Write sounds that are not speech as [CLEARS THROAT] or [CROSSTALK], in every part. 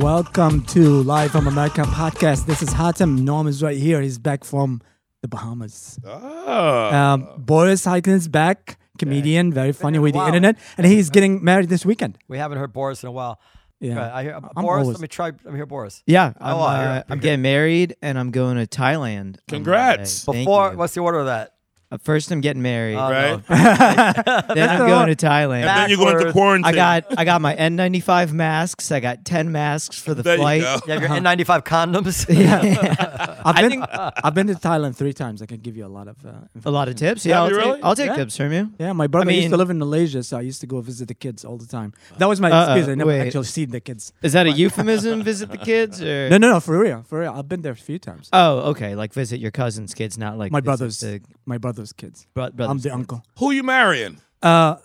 Welcome to Live from America podcast. This is Hatem. Norm is right here. He's back from the Bahamas. Oh. Um, Boris Hyken is back, comedian, very funny with the Wow. internet, and he's getting married this weekend. We haven't heard Boris in a while. Yeah. Uh, I hear I'm Boris. always- Let me try. Let me hear Boris. Yeah, I'm, Oh, I hear uh, it. I'm getting married and I'm going to Thailand. on Congrats. Monday. Thank Before, you. what's the order of that? Uh, first I'm getting [LAUGHS] married, Uh, right? no. then I'm going to Thailand. And then you go into backwards. quarantine. I got I got my N95 masks. I got 10 masks for the There you flight. go. You have your N95 [LAUGHS] condoms. I've been, I've been to Thailand three times. I can give you a lot of uh, A info. lot of tips. Yeah, Have I'll you take, really? I'll take Yeah. tips from you. Yeah, my brother used to mean- live in Malaysia, so I used to go visit the kids all the time. That was my Uh-uh, excuse. I never wait. actually seen the kids. Is that a [LAUGHS] euphemism? visit the kids or No, no, no, for real, for real. I've been there a few times. Oh, okay. Like visit your cousin's kids, not like my visit brother's, The my brother's kids. bro- brother's I'm the kids. uncle. Who you marrying? Uh,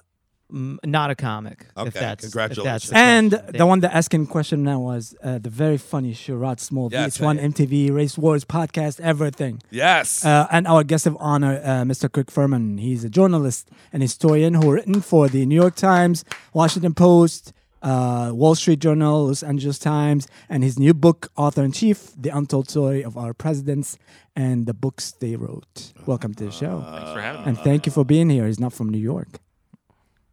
M- Not a comic. Okay, If that's, congratulations. If that's the And question. the one that asking question now was uh, the very funny Sherrod Small, Yes, VH1, I- MTV, Race Wars podcast, everything. Yes. Uh, and our guest of honor, uh, Mr. Kirk Furman. He's a journalist and historian who written for the New York Times, Washington Post, uh, Wall Street Journal, Los Angeles Times, and his new book, Author in Chief: The Untold Story of Our Presidents and the Books They Wrote. Welcome to the show, Thanks for having me. and thank you for being here. He's not from New York.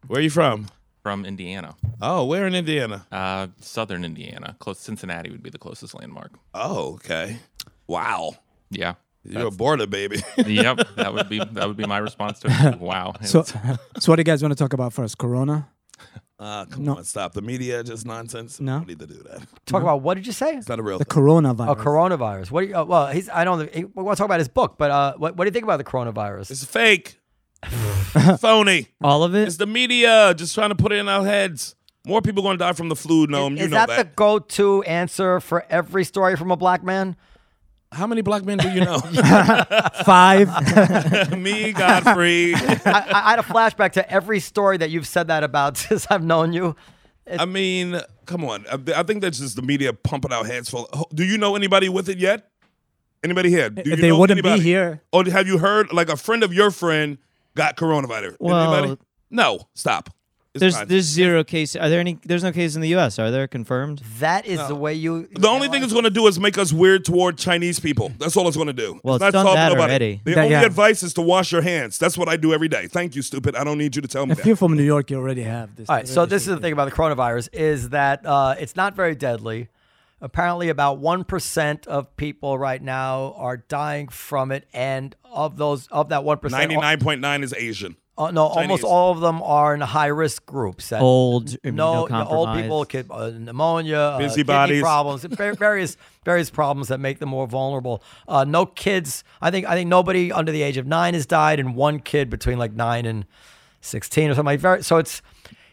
where are you from? From Indiana, Oh, we're in Indiana. uh, southern Indiana, close Cincinnati would be the closest landmark. Oh, okay. Wow. Yeah. You're a border baby. yep. That would be that would be my response to it. Wow. [LAUGHS] So, It's- so what do you guys want to talk about first? Corona. [LAUGHS] uh, come on, stop. The media just nonsense. No. We don't need to do that. It's [LAUGHS] Talk about what did you say? not a real the thing. coronavirus. Oh, coronavirus. What? Do you, oh, well, he's. I don't. He, we want to talk about his book, but uh, what, what do you think about the coronavirus? It's fake. [LAUGHS] Phony. all of It's it. the media just trying to put it in our heads. More people going to die from the flu, Noam. is you know that, that. the go-to answer for every story from a black man? How many black men do you know? [LAUGHS] [LAUGHS] [LAUGHS] Five. Me, [LAUGHS] Godfrey. I, I, I had a flashback to every story that you've said that about [LAUGHS] since I've known you. I mean, come on. I, I think that's just the media pumping out heads full. Ho- Do you know anybody with it yet? Anybody here? Do you they know wouldn't anybody? be here. Or have you heard like a friend of your friend got coronavirus? Well- anybody? No, stop. It's There's fine. there's zero cases. Are there any? There's no cases in the U.S. Are there confirmed? That is the way you. the only thing it's going to do is make us weird toward Chinese people. That's all it's going to do. Well, it's not done solving that nobody. already. The That- only yeah. advice is to wash your hands. That's what I do every day. Thank you, stupid. I don't need you to tell me if that. you're from New York, you already have this. All right. So this is the thing about the coronavirus is that uh, it's not very deadly. Apparently, about one percent of people right now are dying from it, and of those, of that one percent, Ninety-nine point nine is Asian. uh, no, almost Chinese. all of them are in high risk groups. That, Old, no, no, old immunocompromised. people, kid, uh, pneumonia, uh, Busybodies. kidney problems, va- various various problems that make them more vulnerable. Uh, no kids. I think I think nobody under the age of nine has died, and one kid between like nine and sixteen or something. Like very, so it's.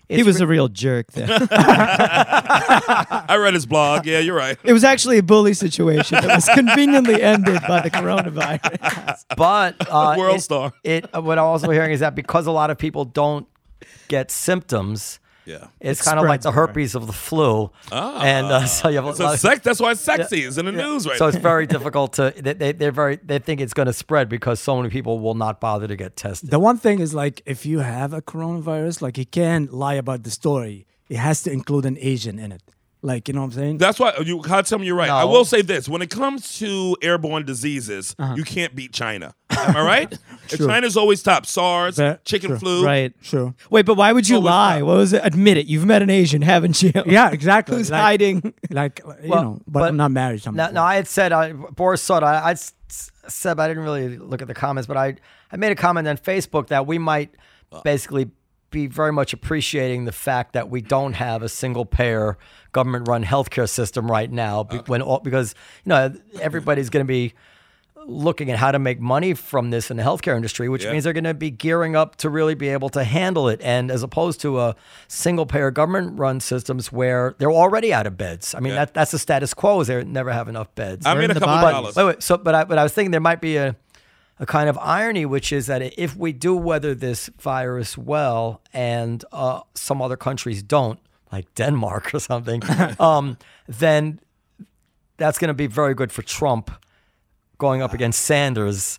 He was a real jerk. There. I read his blog. Yeah, you're right. it was actually a bully situation that was conveniently ended by [LAUGHS] the coronavirus. [LAUGHS] But uh, World it- star. It. uh, What I'm also hearing is that because a lot of people don't get symptoms, Yeah. it's It kind of like spreads the more. herpes of the flu, and uh, so you have a So lot of- sex. That's why Ah. it's sexy. It's in the news right so now. it's [LAUGHS] very difficult to they, they they're very they think it's going to spread because so many people will not bother to get tested. The one thing is like if you have a coronavirus, like you can't lie about the story. It has to include an Asian in it. Like you know what I'm saying? That's why you God, tell me you're right. I No. will say this: when it comes to airborne diseases, Uh-huh. you can't beat China. Am I [LAUGHS] right? If China's always top. SARS, That- chicken true. flu. right. Sure. Wait, but why would you Well, what's lie? What was it? Admit it. You've met an Asian, haven't you? Yeah, exactly. [LAUGHS] Who's like, hiding? Like you Well, know, but, but- I'm not married. so I'm Now, cool. now I had said I, Boris saw it. I, I s- said but I didn't really look at the comments, but I I made a comment on Facebook that we might basically be very much appreciating the fact that we don't have a single payer government run healthcare system right now be, when all, because you know everybody's going to be looking at how to make money from this in the healthcare industry, which Yeah. means they're going to be gearing up to really be able to handle it. And as opposed to a single payer government run systems where they're already out of beds. I mean, that, that's the status quo is they never have enough beds. I made in a the couple body. dollars. Wait, wait. So, but I, but I was thinking there might be a, a kind of irony, which is that if we do weather this virus well, and uh, some other countries don't, like Denmark [LAUGHS] or [LAUGHS] something, um, then that's going to be very good for Trump going up against Sanders.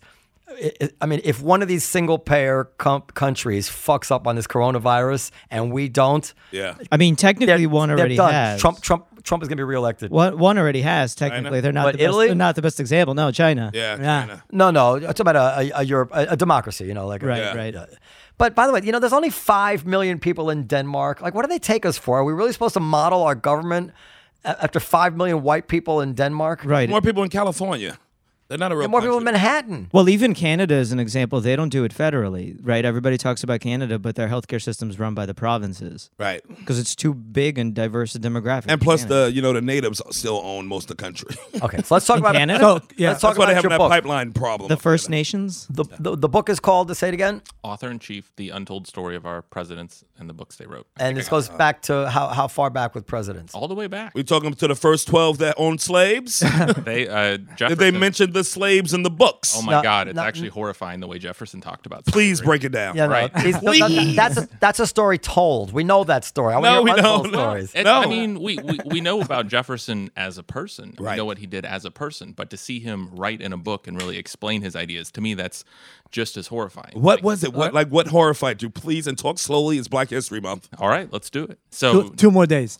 I- I- I mean, if one of these single payer com- countries fucks up on this coronavirus and we don't, Yeah. I mean, technically, one they're already done. has. Trump, Trump, Trump is going to be reelected. One, one already has technically. They're not But the best, Italy? they're not the best example. No, China. Yeah. Yeah. China. No, no, it's about a, a, a Europe, a, a democracy, you know, like Right, Yeah. right. But by the way, you know, there's only five million people in Denmark. Like, what do they take us for? Are we really supposed to model our government a- after five million white people in Denmark? Right. More people in California. They're not a real. And more people in country. Manhattan. Well, even Canada is an example. They don't do it federally, right? Everybody talks about Canada, but their healthcare system's run by the provinces Right. because it's too big and diverse a demographic. And plus, Canada. the you know the natives still own most of the country. [LAUGHS] Okay, so let's talk about Canada? Oh, So, yeah, Let's talk That's why they about have your that book. pipeline problem. the up First there. Nations. The, the, the book is called. To say it again, Author in chief, the untold story of our presidents and the books they wrote. I and think this I got goes back to how, how far back with presidents. Oh, all the way back. We talking to the first twelve that owned [LAUGHS] slaves? they uh, Jefferson. Did they mention the slaves in the books? Oh my No, God! It's no, actually horrifying the way Jefferson talked about. Please slavery. break it down. Yeah, no, Right. these- no, [LAUGHS] no, no, that's a, that's a story told. We know that story. I want No, to hear we untold don't. No. stories. It- I No. mean, we, we, we know about Jefferson as a person. We Right. know what he did as a person, but to see him write in a book and really explain his ideas, to me, that's just as horrifying. What was it? What like what horrified you? Please and talk slowly. It's Black History Month. All right, let's do it. Two, So, two more days.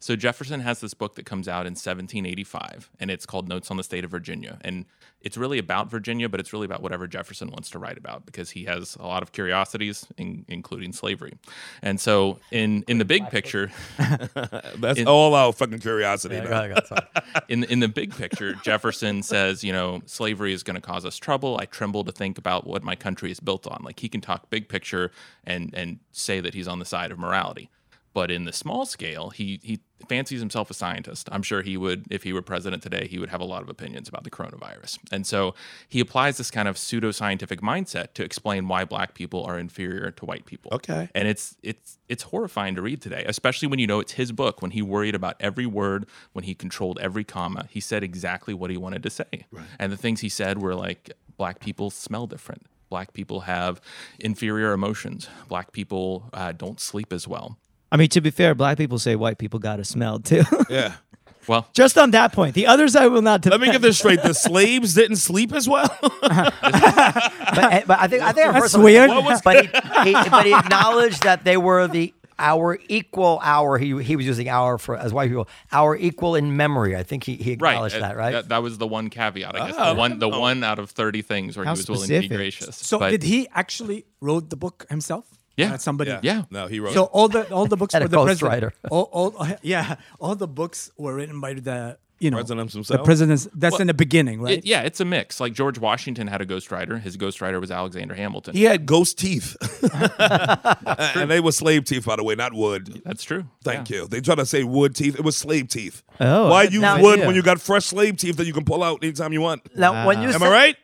so Jefferson has this book that comes out in 1785, and it's called Notes on the State of Virginia. And it's really about Virginia, but it's really about whatever Jefferson wants to write about because he has a lot of curiosities, in, including slavery. And so, in in the big picture. That's all our fucking curiosity. Yeah, man. [LAUGHS] go ahead, go ahead, sorry. in in the big picture, Jefferson says, you know, slavery is going to cause us trouble. I tremble to think about what my country is built on. Like he can talk big picture and and say that he's on the side of morality, but in the small scale, he he fancies himself a scientist. I'm sure he would if he were president today, he would have a lot of opinions about the coronavirus. And so he applies this kind of pseudoscientific mindset to explain why black people are inferior to white people. Okay. And it's it's it's horrifying to read today, especially when you know it's his book. When he worried about every word, when he controlled every comma, he said exactly what he wanted to say. And the things he said were like black people smell different. Black people have inferior emotions. Black people uh, don't sleep as well. I mean, to be fair, black people say white people got a smell too. [LAUGHS] Yeah. Well, Just on that point, the others I will not. Let me get this straight. The slaves didn't sleep as [LAUGHS] well. but, eh, but I think I think I heard That's something- weird. What was- but [LAUGHS] he, he, but he acknowledged that they were the our equal hour. He he was using hour for as white people our equal in memory. I think he, he acknowledged uh, that right. That, that was the one caveat, I guess. the one, the one out of thirty things where How he was willing to specific. be gracious. So But did he actually wrote the book himself? Yeah. Uh, somebody. Yeah. No, he wrote. So all the all the books And were a the president. ghostwriter. All, [LAUGHS] all yeah, all the books were written by the you know Presidents The themselves? presidents. That's in the beginning, right? it- yeah, it's a mix. Like George Washington had a ghostwriter. His ghostwriter was Alexander Hamilton. he had ghost teeth, [LAUGHS] and they were slave teeth, by the way, not wood. That's true. Thank you. They try to say wood teeth. It was slave teeth. Oh, why I had use no wood idea. when you got fresh slave teeth that you can pull out anytime you want? now Ah. when you Am say, I right?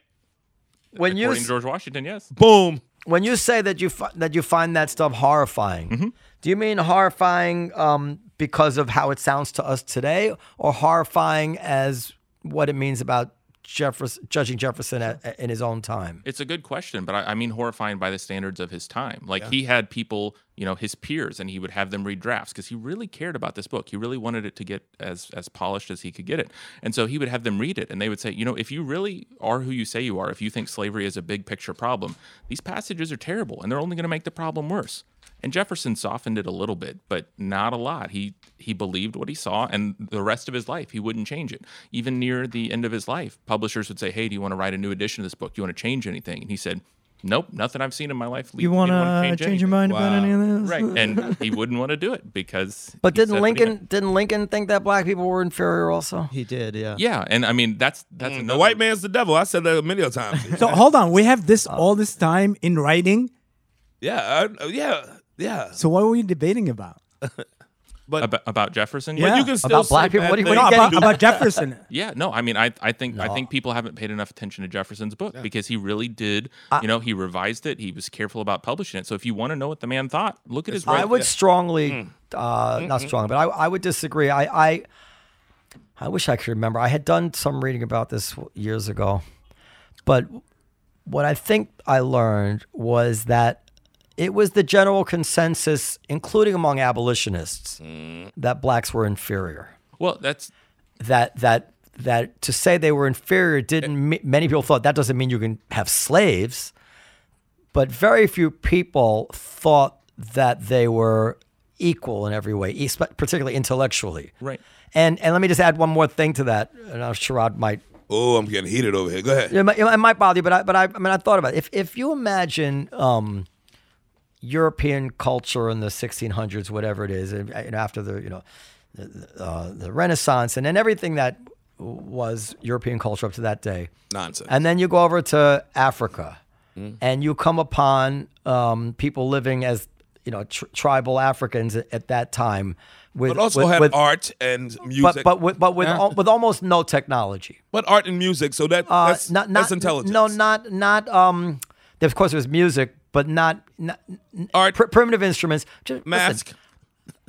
when you According to George Washington, yes. Boom. when you say that you fi- that you find that stuff horrifying, do you mean horrifying um, because of how it sounds to us today, or horrifying as what it means about Jefferson judging Jefferson at, in his own time? It's a good question, but I, I mean horrifying by the standards of his time. Like he had people, you know, his peers, and he would have them read drafts because he really cared about this book. He really wanted it to get as as polished as he could get it, and so he would have them read it, and they would say, you know, if you really are who you say you are, if you think slavery is a big picture problem, these passages are terrible, and they're only going to make the problem worse. And Jefferson softened it a little bit, but not a lot. He he believed what he saw, and the rest of his life he wouldn't change it. Even near the end of his life, publishers would say, "Hey, do you want to write a new edition of this book? Do you want to change anything?" And he said, "Nope, nothing I've seen in my life. You want to change your mind about any of this? right?" [LAUGHS] And he wouldn't want to do it because. But he didn't said what he meant. Lincoln didn't Lincoln think that black people were inferior also? He did, yeah. Yeah, and I mean that's that's The another- white man's the devil. I said that many a [LAUGHS] times. So hold on, we have this all this time in writing. yeah, I, uh, yeah, yeah. So what were we debating about? about, about Jefferson. Yeah. But you can still About say black people? bad What do you- what things. No, do you about, getting- about Jefferson. Yeah, no, I mean, I, I think I think people haven't paid enough attention to Jefferson's book because he really did. you know, he revised it. He was careful about publishing it. So if you want to know what the man thought, look at his. I work. would strongly, uh, not strongly, but I, I would disagree. I, I, I wish I could remember. I had done some reading about this years ago, but what I think I learned was that it was the general consensus, including among abolitionists, that blacks were inferior. Well, that's That that that to say they were inferior didn't. me- Many people thought that doesn't mean you can have slaves, but very few people thought that they were equal in every way, espe- particularly intellectually. right. And and let me just add one more thing to that, and I'm sure Sherrod might Oh, I'm getting heated over here. Go ahead. it might, it might bother you, but I, but I, I mean, I thought about it. If, if you imagine um, European culture in the 1600s, whatever it is, and, and after the, you know, the, uh, the Renaissance and then everything that was European culture up to that day. Nonsense. And then you go over to Africa, Mm. and you come upon um, people living as you know tr- tribal Africans at, at that time, with but also with, had with- art and but music. but with, but with, al- with almost no technology. But art and music, so that, Uh, that's, not, not that's intelligence. No, not not um. Of course, there's music, but not, not art, pr- primitive instruments. Just, mask. listen,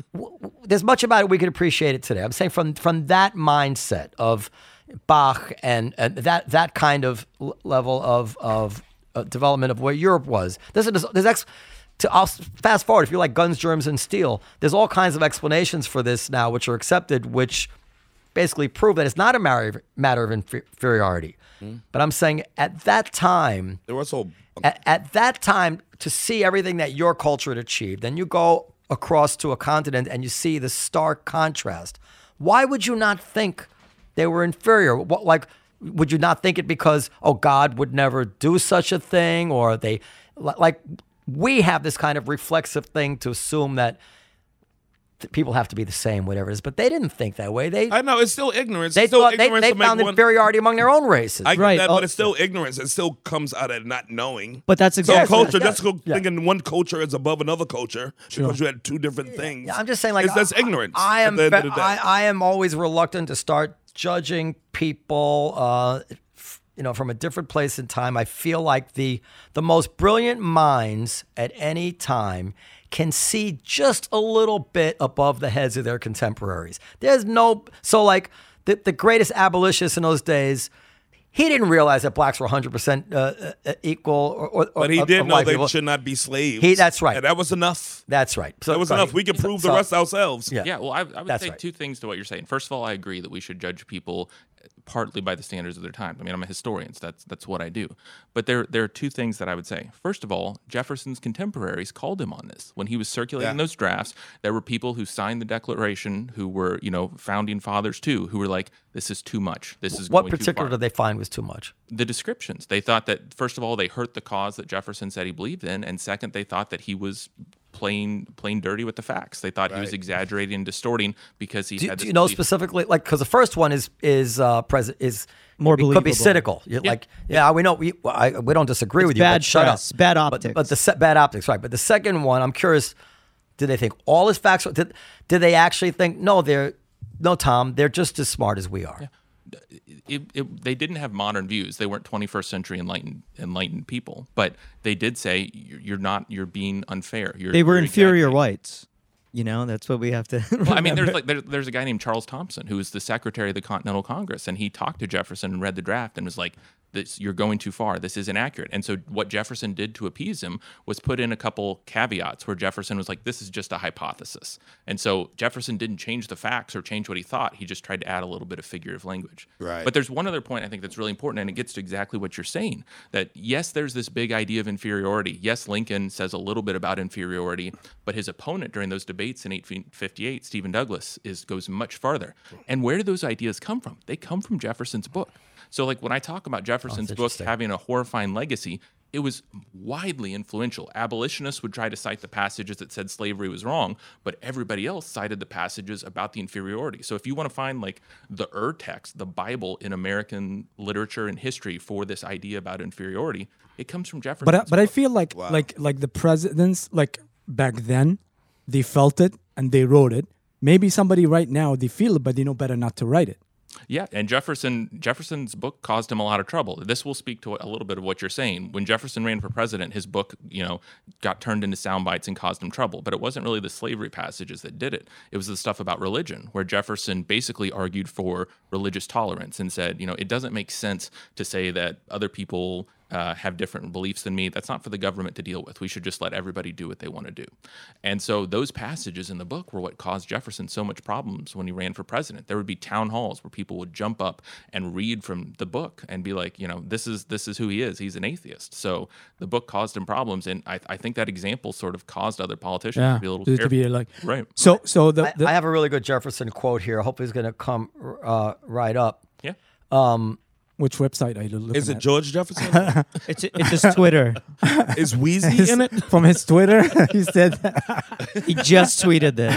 there's much about it we can appreciate it today. I'm saying from from that mindset of Bach and, and that that kind of l- level of of uh, development of where Europe was. There's a, there's ex, to I'll s- fast forward if you like guns, germs, and steel. There's all kinds of explanations for this now, which are accepted, which basically prove that it's not a matter of, matter of infer- inferiority. But I'm saying at that time there was so at, at that time to see everything that your culture had achieved then you go across to a continent and you see the stark contrast why would you not think they were inferior what like would you not think it because oh god would never do such a thing or they li- like we have this kind of reflexive thing to assume that th- people have to be the same whatever it is but they didn't think that way they I know it's still ignorance. they it's still thought they, ignorance they to make found one. inferiority among their own races I get Right, that, oh. but it's still ignorance. It still comes out of not knowing. But that's exactly- so culture. yeah, That's go- thinking one culture is above another culture because you had two different things. I'm just saying, like, It's- that's I- ignorance. I, I at am. the end of the ve- day. I, I am always reluctant to start judging people. Uh, f- you know, from a different place in time. I feel like the the most brilliant minds at any time can see just a little bit above the heads of their contemporaries. There's no so like the the greatest abolitionist in those days. He didn't realize that blacks were 100% uh, uh, equal, or, or but he did know white they people. should not be slaves. He- that's right. And that was enough. That's right. So That was so- enough. We can prove the so- rest ourselves. Yeah. Yeah, well, I, I would That's say right. two things to what you're saying. First of all, I agree that we should judge people partly by the standards of their time. I mean, I'm a historian, so that's that's what I do. But there there are two things that I would say. First of all, Jefferson's contemporaries called him on this when he was circulating Yeah. those drafts. There were people who signed the Declaration who were you know founding fathers too, who were like, "This is too much. This is What going too particular far." did they find was too much? the descriptions. They thought that first of all they hurt the cause that Jefferson said he believed in, and second they thought that he was plain plain dirty with the facts. They thought he was exaggerating and distorting because he Do, had. do this you know belief- specifically, like, because the first one is is uh, pres- is More it could be believable. cynical. You're Like, yeah, we know we well, I, we don't disagree with you. bad but shut press, up. bad But, optics. but the se- bad optics, right? But the second one, I'm curious. Did they think all is facts? Did did they actually think no? They're no, Tom. They're just as smart as we are. it, it, they didn't have modern views. They weren't 21st century enlightened enlightened people, but they did say you're you're not you're being unfair. You're, They were you're inferior exaggerating." whites. You know, that's what we have to. Well, I mean, there's like there, there's a guy named Charles Thompson who was the secretary of the Continental Congress, and he talked to Jefferson and read the draft and was like, "This you're going too far. This is inaccurate." And so what Jefferson did to appease him was put in a couple caveats where Jefferson was like, "This is just a hypothesis," and so Jefferson didn't change the facts or change what he thought. He just tried to add a little bit of figurative language. Right. But there's one other point I think that's really important, and it gets to exactly what you're saying. That yes, there's this big idea of inferiority. Yes, Lincoln says a little bit about inferiority, but his opponent during those debates in 1858, Stephen Douglas, is goes much farther. And where do those ideas come from? They come from Jefferson's book. So, like when I talk about Jefferson's book having a horrifying legacy, it was widely influential. Abolitionists would try to cite the passages that said slavery was wrong, but everybody else cited the passages about the inferiority. So if you want to find like the Ur text, the Bible in American literature and history for this idea about inferiority, it comes from Jefferson. But I, but I feel like like like the presidents like back then, they felt it and they wrote it. Maybe somebody right now they feel it, but they know better not to write it. Yeah, and Jefferson Jefferson's book caused him a lot of trouble. This will speak to a little bit of what you're saying. When Jefferson ran for president, his book, you know, got turned into sound bites and caused him trouble. But it wasn't really the slavery passages that did it. It was the stuff about religion, where Jefferson basically argued for religious tolerance and said, you know, it doesn't make sense to say that other people uh, have different beliefs than me. That's not for the government to deal with. We should just let everybody do what they want to do. And so those passages in the book were what caused Jefferson so much problems when he ran for president. There would be town halls where people would jump up and read from the book and be like, you know, this is this is who he is. He's an atheist. So the book caused him problems, and I, I think that example sort of caused other politicians yeah. to be a little To- to careful. be like right. so so the, I, the I have a really good Jefferson quote here. Hopefully, it's going to come uh, right up. Yeah. which website are you looking Is it at? George Jefferson? It's it's just Twitter. is Wheezy in it? [LAUGHS] From his Twitter, he said. That. He just tweeted this.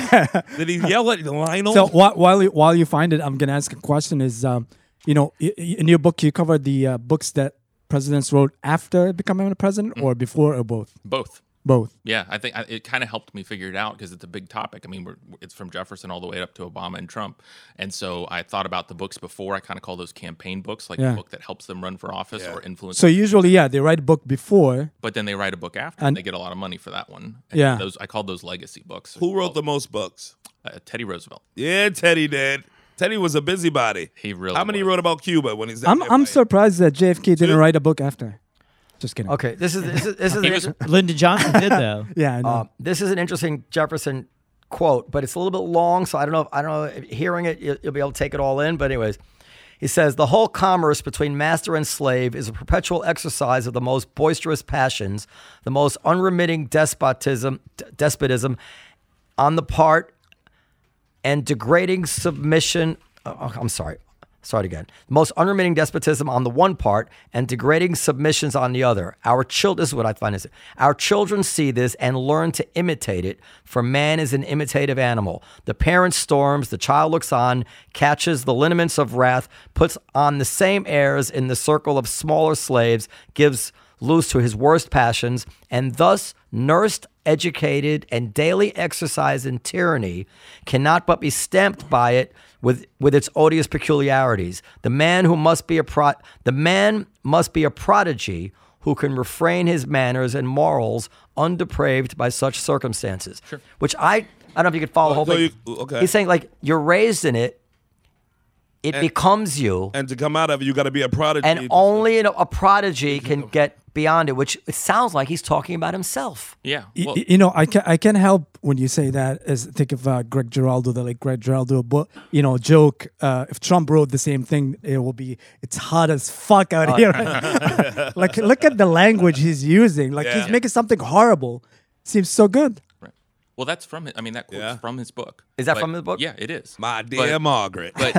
Did he yell at Lionel? So while while you, while you find it, I'm gonna ask a question. Is um, you know, i- i- in your book, you cover the uh, books that presidents wrote after becoming a president, or before, or both. Both. Both. Yeah, I think I, it kind of helped me figure it out because it's a big topic. I mean, we're, it's from Jefferson all the way up to Obama and Trump. And so I thought about the books before. I kind of call those campaign books, like Yeah. a book that helps them run for office or influence. So usually, yeah, they write book before. but then they write a book after, And- and they get a lot of money for that one. And Yeah. those I called those legacy books. Who wrote the most books? Uh, Teddy Roosevelt. Yeah, Teddy did. Teddy was a busybody. He really How many was. wrote about Cuba when he's? I'm there, I'm like, surprised that JFK didn't write a book after. Just kidding. Okay. This is this is this is, He was- Lyndon Johnson did though. Yeah. I know. um, this is an interesting Jefferson quote, but it's a little bit long, so I don't know. If, I don't know. If hearing it, you'll, you'll be able to take it all in. But anyways, he says the whole commerce between master and slave is a perpetual exercise of the most boisterous passions, the most unremitting despotism, d- despotism, on the part and degrading submission. oh, oh, I'm sorry. Start again. Most unremitting despotism on the one part and degrading submissions on the other. Our children, this is what I find is our children see this and learn to imitate it, for man is an imitative animal. The parent storms, the child looks on, catches the lineaments of wrath, puts on the same airs in the circle of smaller slaves, gives loose to his worst passions, and thus nursed, educated, and daily exercised in tyranny, cannot but be stamped by it with, with its odious peculiarities. The man who must be a pro- the man must be a prodigy who can refrain his manners and morals undepraved by such circumstances. Which I I don't know if you could follow. the whole so thing. you- okay. He's saying like you're raised in it, it becomes you And to come out of it, you got to be a prodigy. and only an, a prodigy can get beyond it, which it sounds like he's talking about himself. Yeah. Y- Well, y- you know, I can I can help when you say that. Is think of uh, Greg Giraldo, the late Greg Giraldo, but you know, joke. Uh, if Trump wrote the same thing, it will be it's hot as fuck Oh, out here. [LAUGHS] like, look at the language he's using. Like he's Yeah. making something horrible. Seems so good. right. Well, that's from his, I mean, that quote's Yeah. from his book. Is that But- from his book? Yeah, it is. my But- dear Margaret. [LAUGHS] But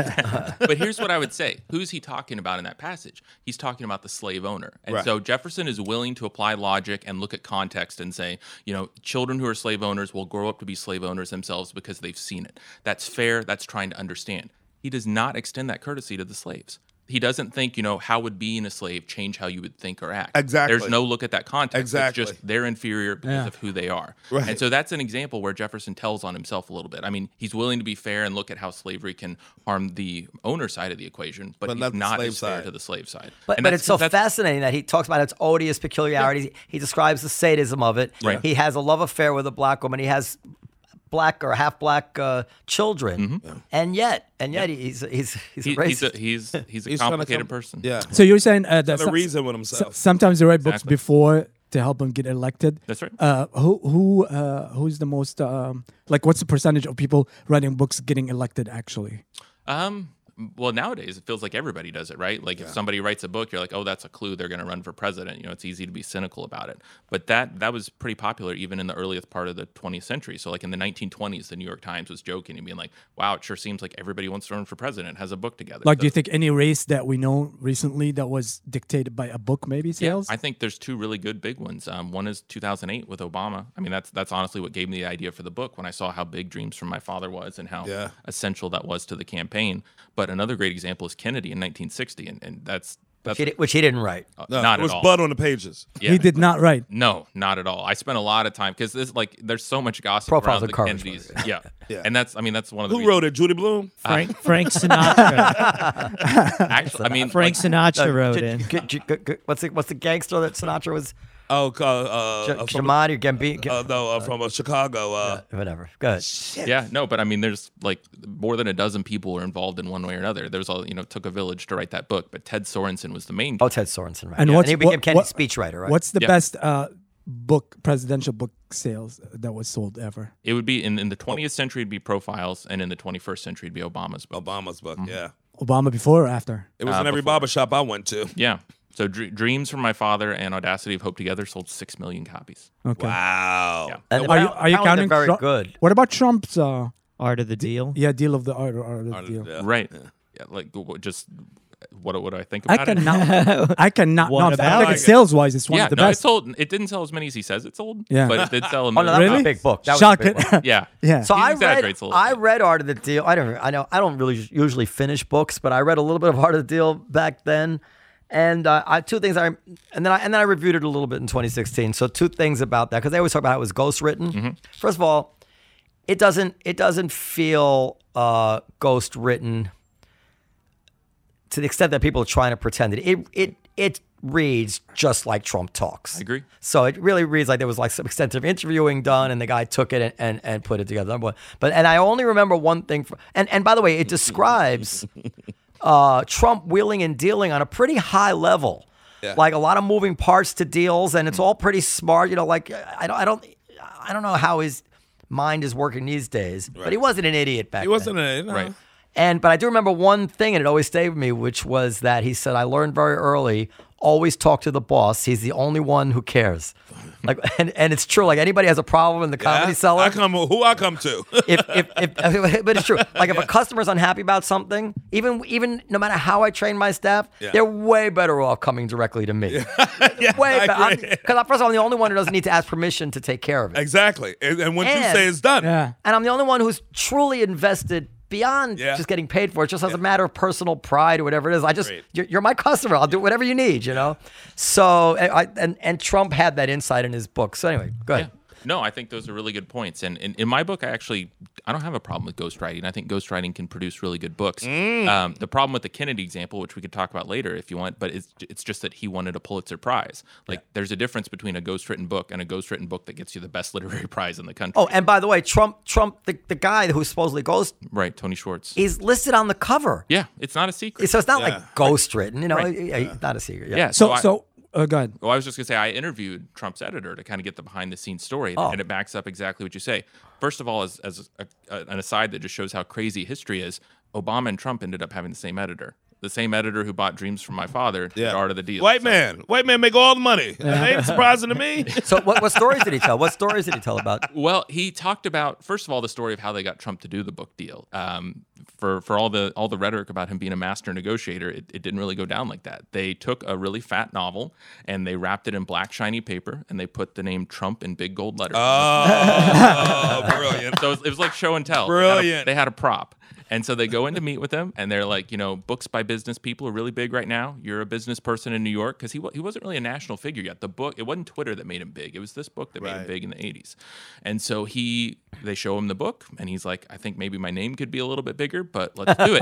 [LAUGHS] but here's what I would say. Who's he talking about in that passage? He's talking about the slave owner. And Right. so Jefferson is willing to apply logic and look at context and say, you know, children who are slave owners will grow up to be slave owners themselves because they've seen it. That's fair, that's trying to understand. He does not extend that courtesy to the slaves. He doesn't think, you know, how would being a slave change how you would think or act. Exactly. There's no look at that context. Exactly. It's just they're inferior because Yeah. of who they are. Right. And so that's an example where Jefferson tells on himself a little bit. I mean, he's willing to be fair and look at how slavery can harm the owner side of the equation, but, But not he's not, the slave as fair side. to the slave side. But, And but that's- it's so that's- fascinating that he talks about its odious peculiarities. He describes the sadism of it. Right. He has a love affair with a black woman. He has black or half black uh, children, and yet, and yet he's he's he's a Mm-hmm. He, he's racist. a he's he's a He's trying to complicated come- person. [LAUGHS] Yeah. So you're saying uh, that Got a some- reason with so- himself. sometimes they write books Exactly. before to help him get elected. That's right. Uh, who who uh, who's the most um, like? What's the percentage of people writing books getting elected actually? Um. Well, nowadays it feels like everybody does it, right? Like if somebody writes a book, you're like, oh, that's a clue they're going to run for president. You know, it's easy to be cynical about it. But that that was pretty popular even in the earliest part of the 20th century. So like in the 1920s, the New York Times was joking and being like, wow, it sure seems like everybody wants to run for president, has a book together. Like, So- do you think any race that we know recently that was dictated by a book maybe sales? I think there's two really good big ones. Um, one is 2008 with Obama. I mean, that's that's honestly what gave me the idea for the book when I saw how big Dreams from My Father was and how Yeah. essential that was to the campaign. But another great example is Kennedy in 1960, and, and that's that's He di- which he didn't write. uh, No, not it at was all. blood on the pages. Yeah. He did not write. No, not at all. I spent a lot of time because this like there's so much gossip Profiles around of the Courage, Kennedys. by Yeah. Yeah. and that's I mean that's one of the Who wrote it? Judy Bloom. Frank Frank Sinatra. Actually, I mean Frank like, Sinatra wrote J- it. j- j- j- what's the, what's the gangster that Sinatra was Oh, uh, uh, J- uh, from, Jamadi or Gambi, uh, no, uh, from uh, Chicago. Uh, whatever. Go ahead. Yeah, no, but I mean, there's like more than a dozen people were involved in one way or another. There's all you know, it took a village to write that book, but Ted Sorensen was the main. Oh, Ted Sorensen, right? And yeah. what's- he became what- Kennedy's what- speechwriter, right? What's the Yeah. best uh, book presidential book sales that was sold ever? It would be in, in the 20th century, it'd be Profiles, and in the 21st century, it'd be Obama's book. Obama's book. Mm-hmm. Yeah, Obama before or after? it Uh, was in every barber shop I went [LAUGHS] to. Yeah. So Dr- Dreams from My Father and Audacity of Hope Together sold six million copies. Okay. Wow. And Are you, are you apparently counting? they're very Trump- good. What about Trump's? Uh, Art of the deal. yeah, deal of the art or art of the [LAUGHS] deal. Yeah. Right. Yeah. like what, just what what do I think I about it? [LAUGHS] cannot. I cannot. What no, I'm about saying it? sales wise, it's one yeah, of the no, it best. sold. It didn't sell as many as he says it sold. Yeah. but it did [LAUGHS] sell. A Oh no, that was Really? a big book. That was a Shock big it. [LAUGHS] book. yeah, yeah. So He I read, exaggerates a little I bit. read Art of the Deal. I don't, I know, I don't really usually finish books, but I read a little bit of Art of the Deal back then, and uh, I two things I, and then I and then I reviewed it a little bit in 2016. So two things about that because they always talk about how it was ghostwritten. Mm-hmm. First of all, it doesn't it doesn't feel uh, ghostwritten to the extent that people are trying to pretend it. It it it reads just like Trump talks. I agree. So it really reads like there was like some extensive interviewing done, and the guy took it and, and, and put it together. But but- and I only remember one thing. From, and and by the way, it describes uh, Trump wheeling and dealing on a pretty high level. Like a lot of moving parts to deals, and Hmm. it's all pretty smart. You know, like I don't, I don't, I don't know how his mind is working these days. But he wasn't an idiot back He then. wasn't a no. right. And but I do remember one thing, and it always stayed with me, which was that he said, "I learned very early. Always talk to the boss. He's the only one who [LAUGHS] cares." Like, and, and it's true. Like anybody has a problem in the comedy I, cellar. I come who I come to. [LAUGHS] if, if, if, [LAUGHS] but it's true. Like if a customer's unhappy about something, even even no matter how I train my staff, Yeah. they're way better off coming directly [LAUGHS] to me. way I better. agree. Because first of all, I'm the only one who doesn't need to ask permission to take care of it. exactly. And, and when you And- say it's done, Yeah. And I'm the only one who's truly invested beyond Yeah. just getting paid for it, just as a matter of personal pride or whatever it is. I just, Great. you're, you're my customer. I'll do whatever you need, you know? So, and, I- and, and Trump had that insight in his book. So, anyway, go ahead. No, I think those are really good points. And in, in my book, I actually I don't have a problem with ghostwriting. I think ghostwriting can produce really good books. Mm. Um, the problem with the Kennedy example, which we could talk about later if you want, but it's it's just that he wanted a Pulitzer Prize. Like, there's a difference between a ghostwritten book and a ghostwritten book that gets you the best [LAUGHS] literary prize in the country. Oh, and by the way, Trump, Trump, the, the guy who supposedly goes, right, Tony Schwartz. is listed on the cover. yeah, it's not a secret. So it's not like ghost written, you know, yeah, not a secret. Yeah. yeah, So I- so uh, go ahead. Well, I was just gonna say I interviewed Trump's editor to kind of get the behind the scenes story, and it backs up exactly what you say. First of all, as, as a, a, an aside that just shows how crazy history is, Obama and Trump ended up having the same editor, the same editor who bought Dreams from My Father, yeah. Art of the Deal. White So- man, white man make all the money. That ain't surprising to me. So, what, what stories did he tell? What stories did he tell [LAUGHS] about? Well, he talked about first of all the story of how they got Trump to do the book deal. Um, for for all the all the rhetoric about him being a master negotiator, it, it didn't really go down like that. They took a really fat novel and they wrapped it in black shiny paper and they put the name Trump in big gold letters. Oh, brilliant. So it was, it was like show and tell. They had, a, Brilliant. they had a prop. And so they go in to meet with him, and they're like, you know, books by business people are really big right now. You're a business person in New York because he, wa- he wasn't really a national figure yet. The book, it wasn't Twitter that made him big. It was this book that made him Right. big in the 80s. And so he, they show him the book, and he's like, I think maybe my name could be a little bit bigger, but let's do